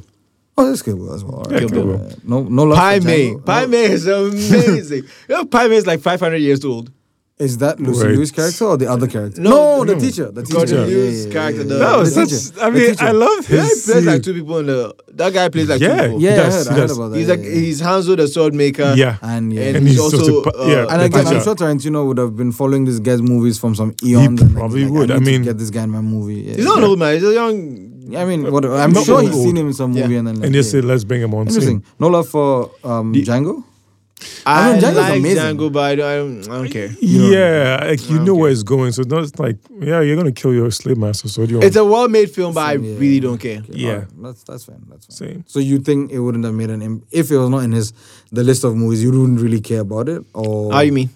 A: Oh, that's Kill Bill as well. All right.
C: Yeah, Kill Bill.
A: Uh, No, no love.
B: Pie
A: for
B: May.
A: Django. Oh,
B: Pie
A: No.
B: May is amazing. Oh. you know, Pie May is like 500 years old.
A: Is that Lucy
C: Right.
A: Liu's character or the other character?
B: No,
A: No, the teacher. The teacher.
B: Gordon
A: Yeah, yeah,
B: Liu's
A: yeah,
B: character,
A: yeah,
B: the-
A: yeah.
C: That was
A: The teacher.
C: such. I
A: The
C: mean,
A: teacher.
C: I love
B: Yeah, he
C: his.
B: plays like
C: scene.
B: two people in the. That guy plays like two
C: Yeah.
B: people.
A: Yeah,
C: He does,
A: I heard,
C: he
A: I heard
C: does.
A: about that.
B: He's like
A: yeah, yeah.
B: he's Hanzo the sword maker.
C: Yeah.
A: and yeah.
B: And,
A: And,
C: And
B: he's
C: he's
B: also
C: also pa- yeah,
B: uh,
C: the
A: again, I'm
C: Pacha.
A: sure Tarantino would have been following this guy's movies from some eons. and, like,
C: probably
A: like,
C: would. I
A: need to
C: mean-
A: get this guy in my movie. Yeah.
B: He's not an old man. He's a young
A: I mean, what, I'm
C: Not
A: sure
C: old,
A: he's seen
C: old.
A: him in some
B: Yeah.
A: movie and then. Like,
C: and just
A: hey.
C: said, let's bring him on
A: interesting.
C: scene.
A: No love for um, Django.
B: I,
A: I mean, Django's
B: like
A: amazing.
B: Django, but I don't, I don't, I don't care.
C: Yeah, like you know
B: Okay.
C: where it's going. So it's not it's like, yeah, you're gonna kill your slave master. So what do you want?
B: It's a well-made film, but I
A: Yeah.
B: really don't care.
A: Okay,
C: Yeah.
A: alright, that's that's fine. That's fine.
C: Same.
A: So you think it wouldn't have made an imp- if it was not in his the list of movies, you wouldn't really care about it, or
B: How you mean?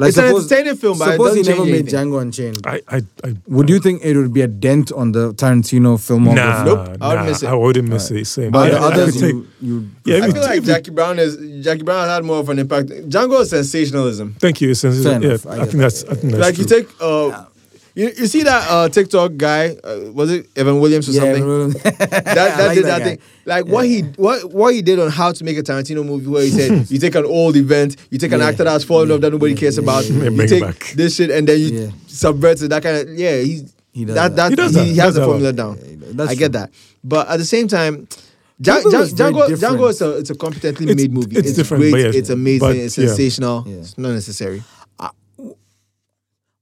A: like
B: It's an entertaining film, but it
A: suppose he
B: doesn't
A: never
B: change
A: made
B: anything.
A: Django Unchained.
C: I, I, I
A: Would you think it would be a dent on the Tarantino filmography?
C: nah,
B: Nope, I would
C: nah,
B: miss it.
C: I wouldn't miss it. Same.
A: But
C: I,
A: the
C: I,
A: others,
C: could take,
A: you, you
C: yeah, if
B: I
C: you
B: feel like
C: if you-
B: Jackie Brown is Jackie Brown has had more of an impact. Django is sensationalism.
C: Thank you. It's
A: Fair
C: sensitive.
A: enough,
C: Yeah,
A: I
C: I,
A: get
C: think that's. I think that's
B: like
C: true.
B: you take, uh, you, you see that uh, TikTok guy? Uh, was it Evan Williams or
A: yeah,
B: something?
A: that,
B: that, that
A: like
B: did
A: that
B: that,
A: guy.
B: thing. Like what he what what he did on how to make a Tarantino movie, where he said you take an old event, you take an
A: Yeah.
B: actor that's fallen off that nobody cares about,
C: yeah.
B: you
C: Bring it
B: take
C: back.
B: this shit and then you
A: Yeah.
B: subvert it. That kind of yeah, he's
A: He
B: he
A: does that.
B: that, that,
C: He does
B: he,
C: that.
B: he
C: He
B: has
C: does
B: the
C: that
B: formula
C: one.
B: down.
A: Yeah, that's
B: I get
A: true.
B: that, but at the same time. Ja-
A: Django
B: Ja-
A: is very
B: Django,
A: different.
B: Django is a, it's a competently
C: It's-
B: made movie.
C: it's different,
B: great,
C: but yes,
B: it's amazing,
C: but
B: it's
C: yeah.
B: sensational.
A: Yeah.
B: It's not necessary.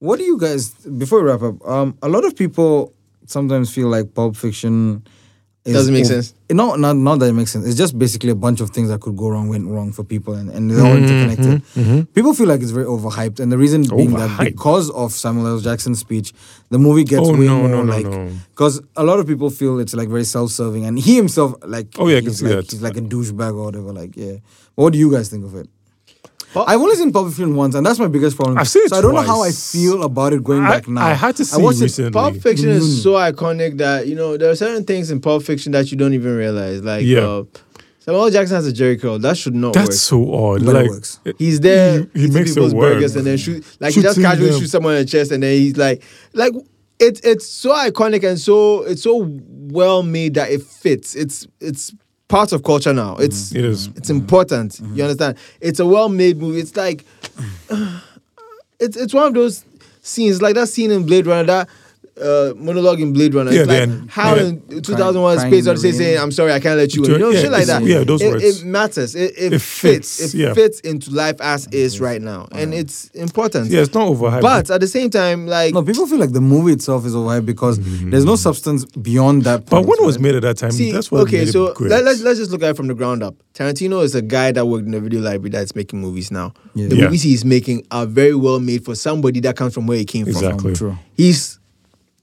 A: What do you guys before we wrap up? Um, a lot of people sometimes feel like Pulp Fiction is
B: Doesn't make
A: ov-
B: sense.
A: No, not not that it makes sense. It's just basically a bunch of things that could go wrong went wrong for people, and, and they're all
C: Mm-hmm,
A: interconnected. People feel like it's very overhyped, and the reason being that
C: Overhyped?
A: because of Samuel L. Jackson's speech, the movie gets
C: Oh,
A: way
C: no,
A: more
C: no, no,
A: like
C: no.
A: because a lot of people feel it's like very self-serving, and he himself like
C: Oh, yeah, I can
A: he's
C: see
A: like,
C: that.
A: he's like a douchebag or whatever. Like yeah, what do you guys think of it?
B: Well-
A: I've only seen Pulp Fiction once, and that's my biggest problem.
C: Oh. I've seen it
A: so I don't know how I
C: twice.
A: feel about it going
C: I-
A: back now.
C: I had to see
A: watched it-
C: recently.
B: Pulp Fiction is so iconic that you know there are certain things in Pulp Fiction that you don't even realize. Like
C: Yeah.
B: uh, Samuel L. Jackson has a Jerry curl. That should not
C: That's
B: work.
C: so odd.
A: But it
C: like
A: works.
C: it-
B: He's there.
C: He- he
B: eating
C: makes it
B: people's
C: work.
B: burgers and then shoot. Like he just
C: Shooting
B: casually
C: them.
B: shoots someone in the chest and then he's like, like it's it's so iconic and so it's so well made that it fits. It's it's part of culture now. It's
C: Mm-hmm. It is.
B: It's important.
C: Mm-hmm.
B: You understand? It's a well made movie. It's like it's it's one of those scenes like that scene in Blade Runner that. Uh, monologue in Blade Runner.
C: Yeah,
B: it's
C: then-
B: like how
C: yeah.
B: in 2001
A: Crying-
B: Space
A: crying in the
B: Odyssey
A: rain.
B: saying, I'm sorry, I can't let you in. You know,
C: Yeah,
B: shit like
C: it's-
B: that.
C: yeah, those
B: it,
C: words.
B: It matters. It, it,
C: It
B: fits.
C: fits,
B: It
C: yeah.
B: fits into life as is right now. And it's important.
C: Yeah, it's not overhyped.
B: But at the same time, like,
A: No, people feel like the movie itself is overhyped because there's no substance beyond that.
C: Mm-hmm. but
A: point,
C: when it was
A: right?
C: made at that time,
B: see,
C: that's what
B: okay,
C: made
B: so
C: it great.
B: let, let's, let's just look at it from the ground up. Tarantino is a guy that worked in a video library that's making movies now.
A: Yeah.
B: The
C: Yeah.
B: movies he's making are very well made for somebody that comes from where he came from.
C: Exactly.
A: true.
B: He's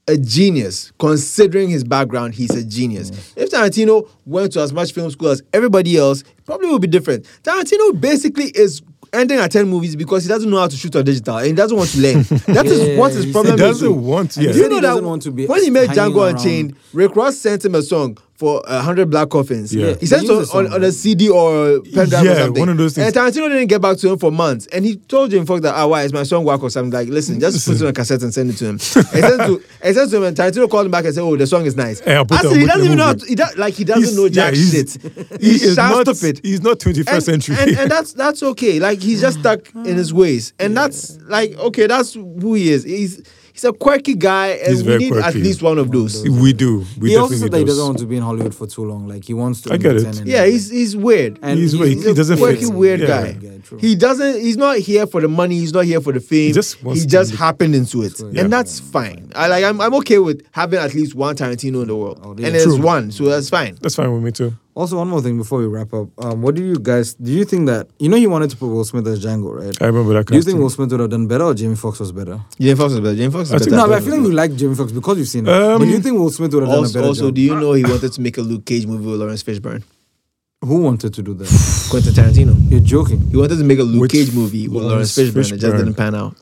B: a genius. Considering his background, he's a genius. If Tarantino went to as much film school as everybody else, it probably would be different. Tarantino basically is ending at 10 movies because he doesn't know how to shoot on digital and he doesn't want to learn. That is
A: Yeah,
B: what his
A: he
B: problem
A: said
B: is.
A: he
C: doesn't
B: with-
C: want to,
B: And
C: yeah.
A: He said he doesn't want to be
B: When he made
A: hanging
B: Django
A: around.
B: Unchained, Rick Ross sent him a song for uh, 100 Black Coffins.
C: Yeah.
B: He sent
A: He
B: it on,
A: used the song,
B: on, on a CD or a pen drive
C: Yeah,
B: or something.
C: one of those things.
B: And Tarantino didn't get back to him for months. And he told Jim Fox that, ah, why is my song whack or something? Like, listen, just put it on a cassette and send it to him. and sent it to, and sent it to him, and Tarantino called him back and said, oh, the song is nice.
C: Yeah, I'll put it
B: Actually,
C: on
B: he
C: with
B: doesn't
C: the
B: even know, how
C: movie.
B: to, he does, like, he doesn't know jack
C: he's-
B: shit.
C: He
B: He's
C: is
B: sharp
C: not.
B: stupid
C: He's not 21st century.
B: and, and that's that's okay. Like he's just stuck in his ways, and that's like okay. That's who he is. He's he's a quirky guy, and
C: He's
B: we
C: very
B: need at
C: quirky.
B: least one of those.
C: we do. We
A: He also
C: definitely
A: said that he
C: do.
A: doesn't want to be in Hollywood for too long. Like he wants to.
C: I get it.
A: entertain and-
B: Yeah, he's he's weird.
A: And
C: He's weird. He
B: a
C: doesn't
B: quirky,
C: fit.
B: weird
C: Yeah.
B: guy.
A: Yeah, true.
B: he doesn't. He's not here for the money. He's not here for the fame. He
C: just
B: just,
C: wants to be-
B: happened into it,
A: True.
B: and
C: Yeah.
B: that's fine. I like. I'm, I'm okay with having at least one Tarantino in the world,
A: Oh,
B: and
A: yeah.
B: there's
C: True.
B: one, so that's fine.
C: That's fine with me too.
A: Also, one more thing before we wrap up. Um, what do you guys? Do you think that you know he wanted to put Will Smith as Django, right?
C: I remember that.
A: do you think
C: casting.
A: Will Smith would have done better, or Jamie Foxx was better?
B: Jane Fox is better. Jane Fox is
C: I think-
B: better.
A: No, but I feel like we like Jamie Foxx because we've seen it. but do you
C: Um,
A: think Will Smith would have done a
B: also,
A: better
B: also
A: job?
B: do you know he wanted to make a Luke Cage movie with Lawrence Fishburne?
A: Who wanted to do that?
B: Quentin Tarantino.
A: You're joking.
B: He wanted to make a Luke
C: With
B: Cage movie with
C: Lawrence
B: Lawrence Fishburne. It just
C: Fishburne.
B: didn't pan out.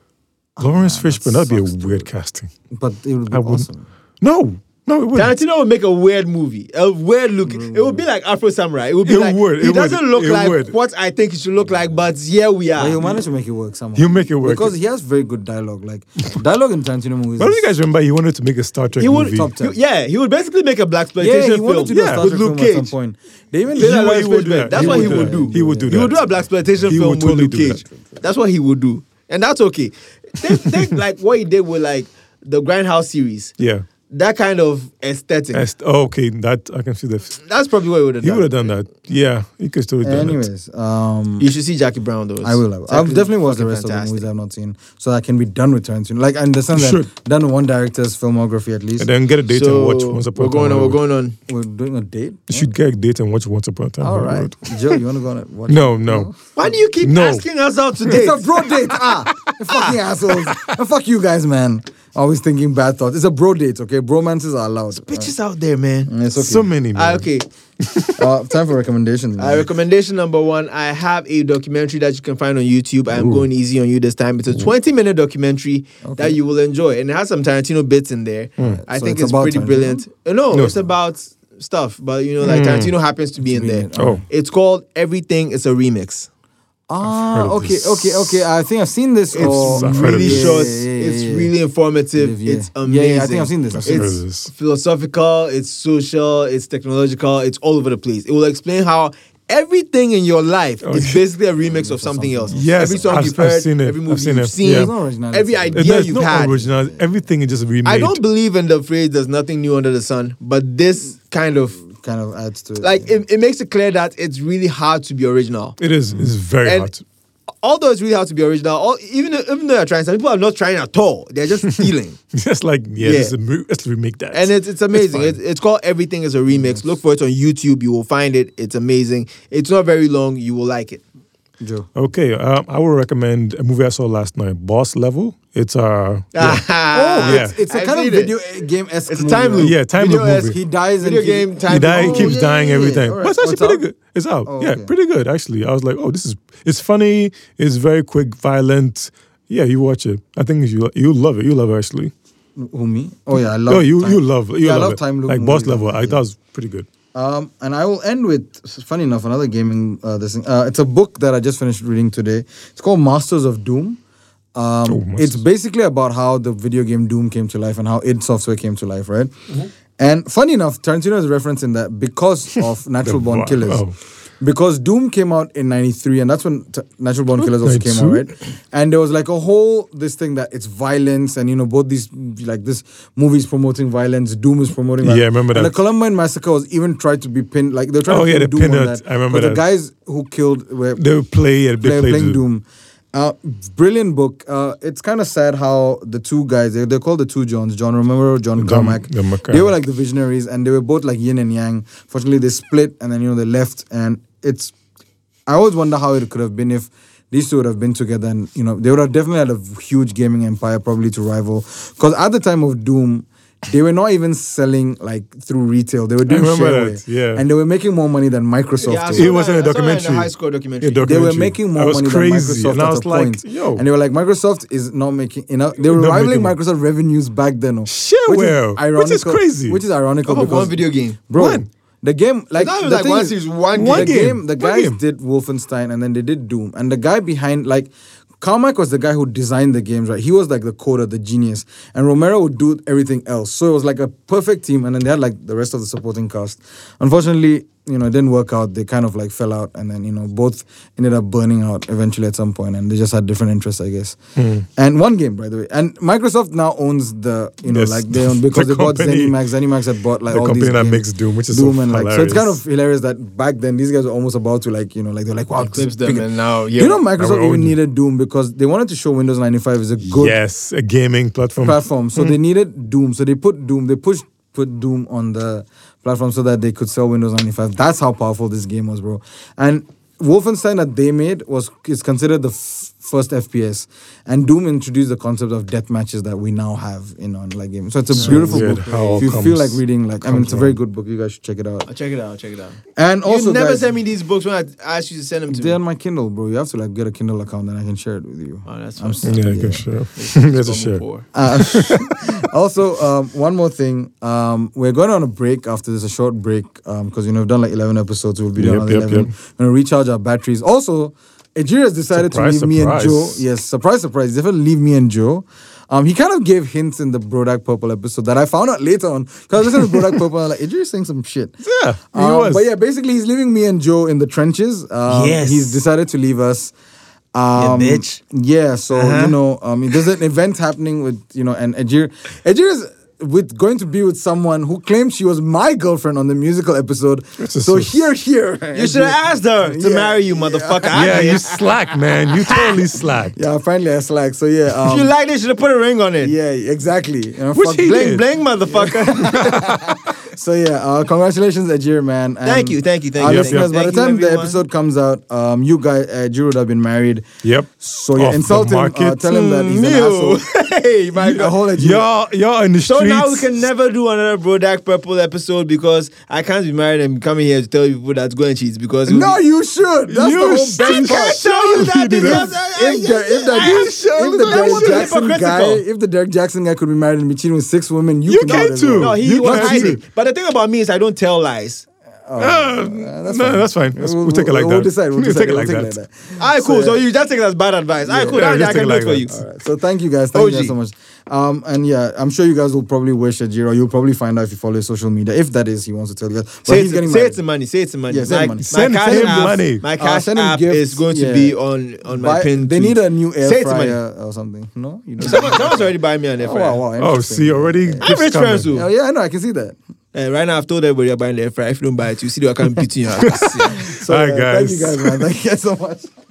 C: Lawrence Fishburne? That'd be a
A: sucks, dude.
C: weird casting.
A: But it would be
C: I wouldn't.
A: awesome.
C: No, no, it wouldn't.
B: Tarantino would make a weird movie, a weird look. It would be like Afro Samurai. It would be
C: It
B: like
C: would,
B: he
C: it
B: doesn't
C: would,
B: look
C: it
B: like
C: would.
B: what I think he should look like, but here we
A: But he'll
B: are.
A: manage to make it work somehow.
C: He'll Ah, make it work.
A: Because he has very good dialogue. Like dialogue in Tarantino movies.
C: But do
A: is-
C: you guys remember he wanted to make a Star Trek
B: He would,
C: movie?
A: Top ten.
B: he- yeah, he would basically make a black
A: yeah,
B: exploitation
A: he
B: film
A: wanted to do a
C: Yeah,
A: Star
B: with
A: Trek
B: Luke
A: film at some
B: Cage.
A: point. They even
B: He
A: did
B: would-
A: like,
B: Lawrence Fishburne. That's what he would do.
C: He would do that.
B: He would do a black exploitation
C: He
B: film
C: would
B: with
C: totally
B: Luke
C: do
B: Cage. That's what he would do, and that's okay. Think, think like what he did with like the Grindhouse series.
C: Yeah.
B: that kind of aesthetic.
C: Est- oh, okay, that I can see that.
B: That's probably what he would have
C: He
B: done.
C: would have done that. Yeah, he could still have done it.
A: Anyways, um,
B: You should see Jackie Brown though.
A: I will. I will. I'll definitely watch the rest of the movies I've not seen, so that I can be done with Tarantino. Like I understand
C: You
A: that done with one director's filmography at least.
C: And then get a date
B: so
C: and watch Once Upon
B: we're going
C: a
B: on.
C: Time.
B: We're going on.
A: We're doing a date.
C: You should get a date and watch Once Upon a Time.
A: All
C: Hollywood.
A: right, Joe, you want to go on? A, what?
C: No, no.
B: Why do you keep
C: No.
B: asking us out today?
A: It's a bro date. Ah, you fucking assholes. And fuck you guys, man. Always thinking bad thoughts. It's a bro date, okay? Bromances are allowed.
B: Bitches out there, man.
A: It's okay.
C: So many. Man.
B: Ah, okay.
A: uh, time for recommendations.
B: Uh, recommendation number one I have a documentary that you can find on YouTube. I'm going easy on you this time. It's a 20 minute documentary that you will enjoy. And it has some Tarantino bits in there. I
A: So
B: think
A: it's
B: it's,
A: about
B: pretty
A: Tarantino?
B: brilliant. Uh, No,
C: No,
B: it's
C: it's not.
B: about stuff, but you know, like Tarantino happens to be in
A: be
B: there.
A: in it.
C: Oh.
B: It's called Everything is a Remix.
A: Ah,
C: heard of
A: okay,
C: this.
A: okay, okay. I think I've seen this.
B: It's
A: or-
C: I've heard of
B: really
C: this.
B: short.
A: Yeah, yeah, yeah,
B: It's
A: yeah.
B: really informative.
A: Yeah.
B: It's
A: Yeah, yeah,
B: amazing.
A: I think I've seen this. I've
C: seen
B: it's
C: this.
B: philosophical. It's social. It's technological. It's all over the place. It will explain how everything in your life is
C: Okay.
B: basically a remix of something else.
C: Oh, Yes,
B: every song
C: I've-
B: you've
C: I've
B: heard,
C: seen it.
B: every
C: I've
B: movie
C: seen
B: you've
C: it.
B: seen,
C: Yeah.
A: It's not originality.
B: every
A: It-
B: idea
C: There's
B: you've
C: no
B: had.
C: original. Everything is just remade.
B: I don't believe in the phrase "there's nothing new under the sun," but this kind of
A: kind of adds to it.
B: like it, it makes it clear that it's really hard to be original
C: It is. It's very
B: and
C: hard.
B: although it's really hard to be original, all, even though- even though you're trying, some people are not trying at all. They're just stealing,
C: Just like yeah,
B: Yeah.
C: Let's, rem- let's remake that.
B: and it's it's amazing.
C: fine.
B: It's, it's called Everything Is a Remix. Look for it on YouTube. You will find it. It's amazing. It's not very long. You will like it.
A: Joe.
C: okay. Um, I would recommend a movie I saw last night, Boss Level. It's uh, yeah.
B: Ah,
A: oh, it's,
B: yeah.
A: it's a
B: I've
A: kind of
B: seen it.
A: video game esque.
B: It's a time loop.
C: Yeah, time
B: Video
C: loop movie.
B: esque,
A: He dies
B: Video
A: and
B: game time.
C: he die,
B: loop.
C: he keeps
B: Oh,
C: dying
B: yeah,
C: every
B: yeah, yeah.
C: time.
B: All
C: But
B: right.
C: it's actually
A: What's
C: pretty
A: up?
C: good. It's out.
A: Oh,
C: yeah,
A: okay.
C: pretty good actually. I was like, oh, this is it's funny. It's very quick, violent. Yeah, you watch it. I think you you love it. You love it actually.
A: Who me? Oh yeah, I love.
C: Oh, you
A: time.
C: you love you
A: Yeah, I
C: love,
A: love
C: it.
A: time loop
C: like Boss
A: movies.
C: Level. I that was pretty good.
A: Um, and I will end with, funny enough, another gaming. Uh, this thing. Uh, it's a book that I just finished reading today. It's called Masters of Doom. Um,
C: Oh, Masters.
A: it's basically about how the video game Doom came to life and how id Software came to life, right?
C: Mm-hmm.
A: And funny enough, Tarantino is referencing that because of Natural
C: The
A: Born
C: wa-
A: Killers.
C: oh.
A: Because Doom came out in 93, and that's when t- Natural Born Killers also came out,
C: 92?
A: right? And there was like a whole this thing that it's violence, and you know, both these, like this movie's promoting violence, Doom is promoting violence.
C: Yeah, I remember
A: And
C: that.
A: the Columbine Massacre was even tried to be pinned, like they were trying
C: Oh,
A: to
C: yeah,
A: pin
C: they
A: Doom
C: pinned
A: on
C: it.
A: that.
C: I remember
A: but the
C: that.
A: guys who killed were
C: They would play it. They,
A: play,
C: played
A: playing
C: the-
A: Doom. Uh, brilliant book. Uh, it's kind of sad how the two guys, they, they're called the two Johns, John Romero, John
C: John-
A: Carmack.
C: John McCormack.
A: They were like the visionaries and they were both like yin and yang. Fortunately, they split and then, you know, they left. And it's, I always wonder how it could have been if these two would have been together and, you know, they would have definitely had a huge gaming empire probably to rival. Because at the time of Doom, they were not even selling like through retail. They were doing
C: remember
A: shareware,
C: that, yeah.
A: and they were making more money than Microsoft.
B: Yeah, I
A: was.
B: saw
C: It was
B: that. I saw that in
C: in a
B: the
C: documentary.
B: high school documentary.
C: Yeah,
B: They were
A: they were
C: documentary.
A: making
C: I
A: more
C: was
A: money
C: crazy,
A: than Microsoft
C: and
A: at
C: I was
A: a
C: like,
A: point.
C: yo,
A: And they were like, Microsoft is not making enough. They were
C: Not
A: rivaling
C: making money.
A: Microsoft revenues back then. oh.
C: Shareware, which is
A: ironical-
C: crazy.
A: Which is ironical
B: Off of
A: because
B: one video game.
A: bro,
C: One.
A: the game like
B: That was
A: the
B: like
A: thing
B: one
A: is-
B: series, one
A: the
C: game.
A: game. The
C: One
A: guys
C: game.
A: did Wolfenstein and then they did Doom, and the guy behind like. Carmack was the guy who designed the games, right? He was like the coder, the genius, and Romero would do everything else. So it was like a perfect team, and then they had like the rest of the supporting cast. Unfortunately, you know, it didn't work out. They kind of like fell out, and then you know, both ended up burning out eventually at some point, and they just had different interests, I guess.
C: Hmm.
A: And one game, by the way, and Microsoft now owns the you know
C: Yes.
A: like they own because
C: The
A: they bought
C: company.
A: ZeniMax. ZeniMax had bought like
C: The
A: all
C: company
A: these
C: that
A: games.
C: makes Doom, which is so
A: and like so it's kind
C: hilarious.
A: of hilarious that back then these guys were almost about to like you know like they're like wow
B: Eclipse
A: this
B: them
A: big-
B: and now, yeah.
A: you know
C: Now we're
A: Microsoft even
C: owned.
A: needed Doom because they wanted to show Windows 95 is a good
C: Yes, a gaming platform.
A: platform so
B: Mm.
A: they needed Doom so they put Doom they pushed put Doom on the platform so that they could sell Windows 95 that's how powerful this game was bro and Wolfenstein that they made was is considered the f- first FPS and Doom introduced the concept of death matches that we now have in online games so it's a beautiful
C: weird
A: book
C: how all
A: if you feel
C: comes-
A: like reading like I mean
C: comes
A: it's a very
C: around.
A: good book you guys should check it out
B: I'll check it out. I'll check it out.
A: and also
B: you never
A: guys,
B: send me these books when I asked you to send them to
A: they're on
B: me.
A: my Kindle, bro. You have to like get a Kindle account, then I can share it with you.
B: Oh, that's
A: I'm
B: fine.
A: s-
C: Yeah, you
A: yeah.
C: can share. There's a share.
B: Four.
A: Uh, also, um, one more thing. Um, we're going on a break after this, a short break, because you know we've done like eleven episodes. We'll be doing
C: Yep,
A: another
C: yep,
A: eleven.
C: yep.
A: We're gonna recharge our batteries. Also, Ajira has decided
C: Surprise,
A: to leave me and Joe.
C: surprise.
A: Yes, surprise, surprise. He's Definitely leave me and Joe. Um, he kind of gave hints in the Brodak Purple episode that I found out later on because I listened to Brodak Purple. and I'm like, Ajira's saying some shit.
C: Yeah, he
A: Um,
C: was.
A: But yeah, basically, he's leaving me and Joe in the trenches. Um,
B: Yes.
A: He's decided to leave us. Um,
B: bitch.
A: Yeah, so
B: Uh-huh.
A: you know, um, there's an event happening with you know, and Ajir, Ajir is with going to be with someone who claimed she was my girlfriend on the musical episode.
C: is
A: so
C: so-
A: here, here.
B: You should have asked her to
A: Yeah.
B: marry you, motherfucker. I
C: yeah,
B: know
C: you
B: you-
C: slack, man. You totally slack.
A: Yeah, finally I slack. So yeah,
B: If
A: um,
B: you liked it, you should have put a ring on it.
A: yeah, exactly. You know,
C: Which
A: fuck
C: he
A: Blake.
B: Bling,
C: did.
B: bling, motherfucker.
A: So yeah, uh, congratulations, Ajir, man. And
B: Thank you, thank you, thank
A: our
C: you, thank
A: listeners,
C: you.
A: by the
B: Thank you,
A: time the
B: everyone.
A: episode comes out, um, you guys, uh, Jiro would have been married.
C: Yep.
A: So yeah,
C: Off the
A: insult him. Uh,
C: market.
A: tell him that he's an
B: Ew.
A: asshole.
B: hey, my
A: The
B: God.
A: whole Ajiro.
C: Y'all, y'all in the
B: So
C: streets.
B: now we can never do another Brodak Purple episode because I can't be married and coming here to tell you people that's going cheats because
A: No, you should. That's
C: You
A: the whole
C: should.
A: best
B: I
A: part.
B: can't show you that because I- I-
A: If the if the,
B: I- I showed
A: if the
B: you that
A: Derek
B: would be
A: Jackson guy,
B: hypocritical.
A: if the Derek Jackson guy could be married and be cheating with six women, you,
C: You
A: can, do
C: can
A: it as well.
C: too.
B: No, he
C: You
B: was
C: can't
B: hiding.
C: cheat.
B: But the thing about me is I don't tell lies.
C: Uh,
A: that's
C: no,
A: fine.
C: that's fine. That's- we'll, take it like
A: We'll
C: that.
A: decide. We'll, decide.
C: take it
A: We'll
C: like
A: take
C: that.
A: it like that.
B: All right, cool.
A: So,
B: So, you just take it as bad advice. All right, cool.
C: Yeah,
B: Now
C: just
B: I can
C: take
B: do
C: it like
B: it for
C: that.
B: you.
C: All
A: Alright, So thank you guys. Thank you
B: OG.
A: guys so much. Um, and yeah, I'm sure you guys will probably wish Ajiro. You'll probably find out if you follow his social media. If that is, he wants to tell you guys. But
B: Say
A: he's
B: it's,
A: getting
B: say
A: married.
B: it's money. Say it's money.
A: Yeah, send
B: my,
A: money.
B: my
C: Send-
B: cash
C: send
B: app,
C: money.
B: My
A: Uh,
B: cash
A: send him
B: app
A: gifts.
B: is going to be
A: Yeah.
B: on on my
A: Buy-
B: pin.
A: they need a new air
B: Say it's money.
A: fryer or something. No, you know.
B: Someone, someone's already buying me an air
A: Oh,
B: fryer.
A: wow, wow,
C: Oh,
A: interesting.
C: see, already.
B: I have
C: gifts
B: rich friends
C: coming.
B: too.
A: Oh, yeah, I know. I can see that.
B: Eh, right now, I've told everybody I'm buying the air fryer. If you don't buy it, you see the account beating your ass.
A: So,
C: All right,
A: uh,
C: guys.
A: Thank you guys, man. Thank you guys so much.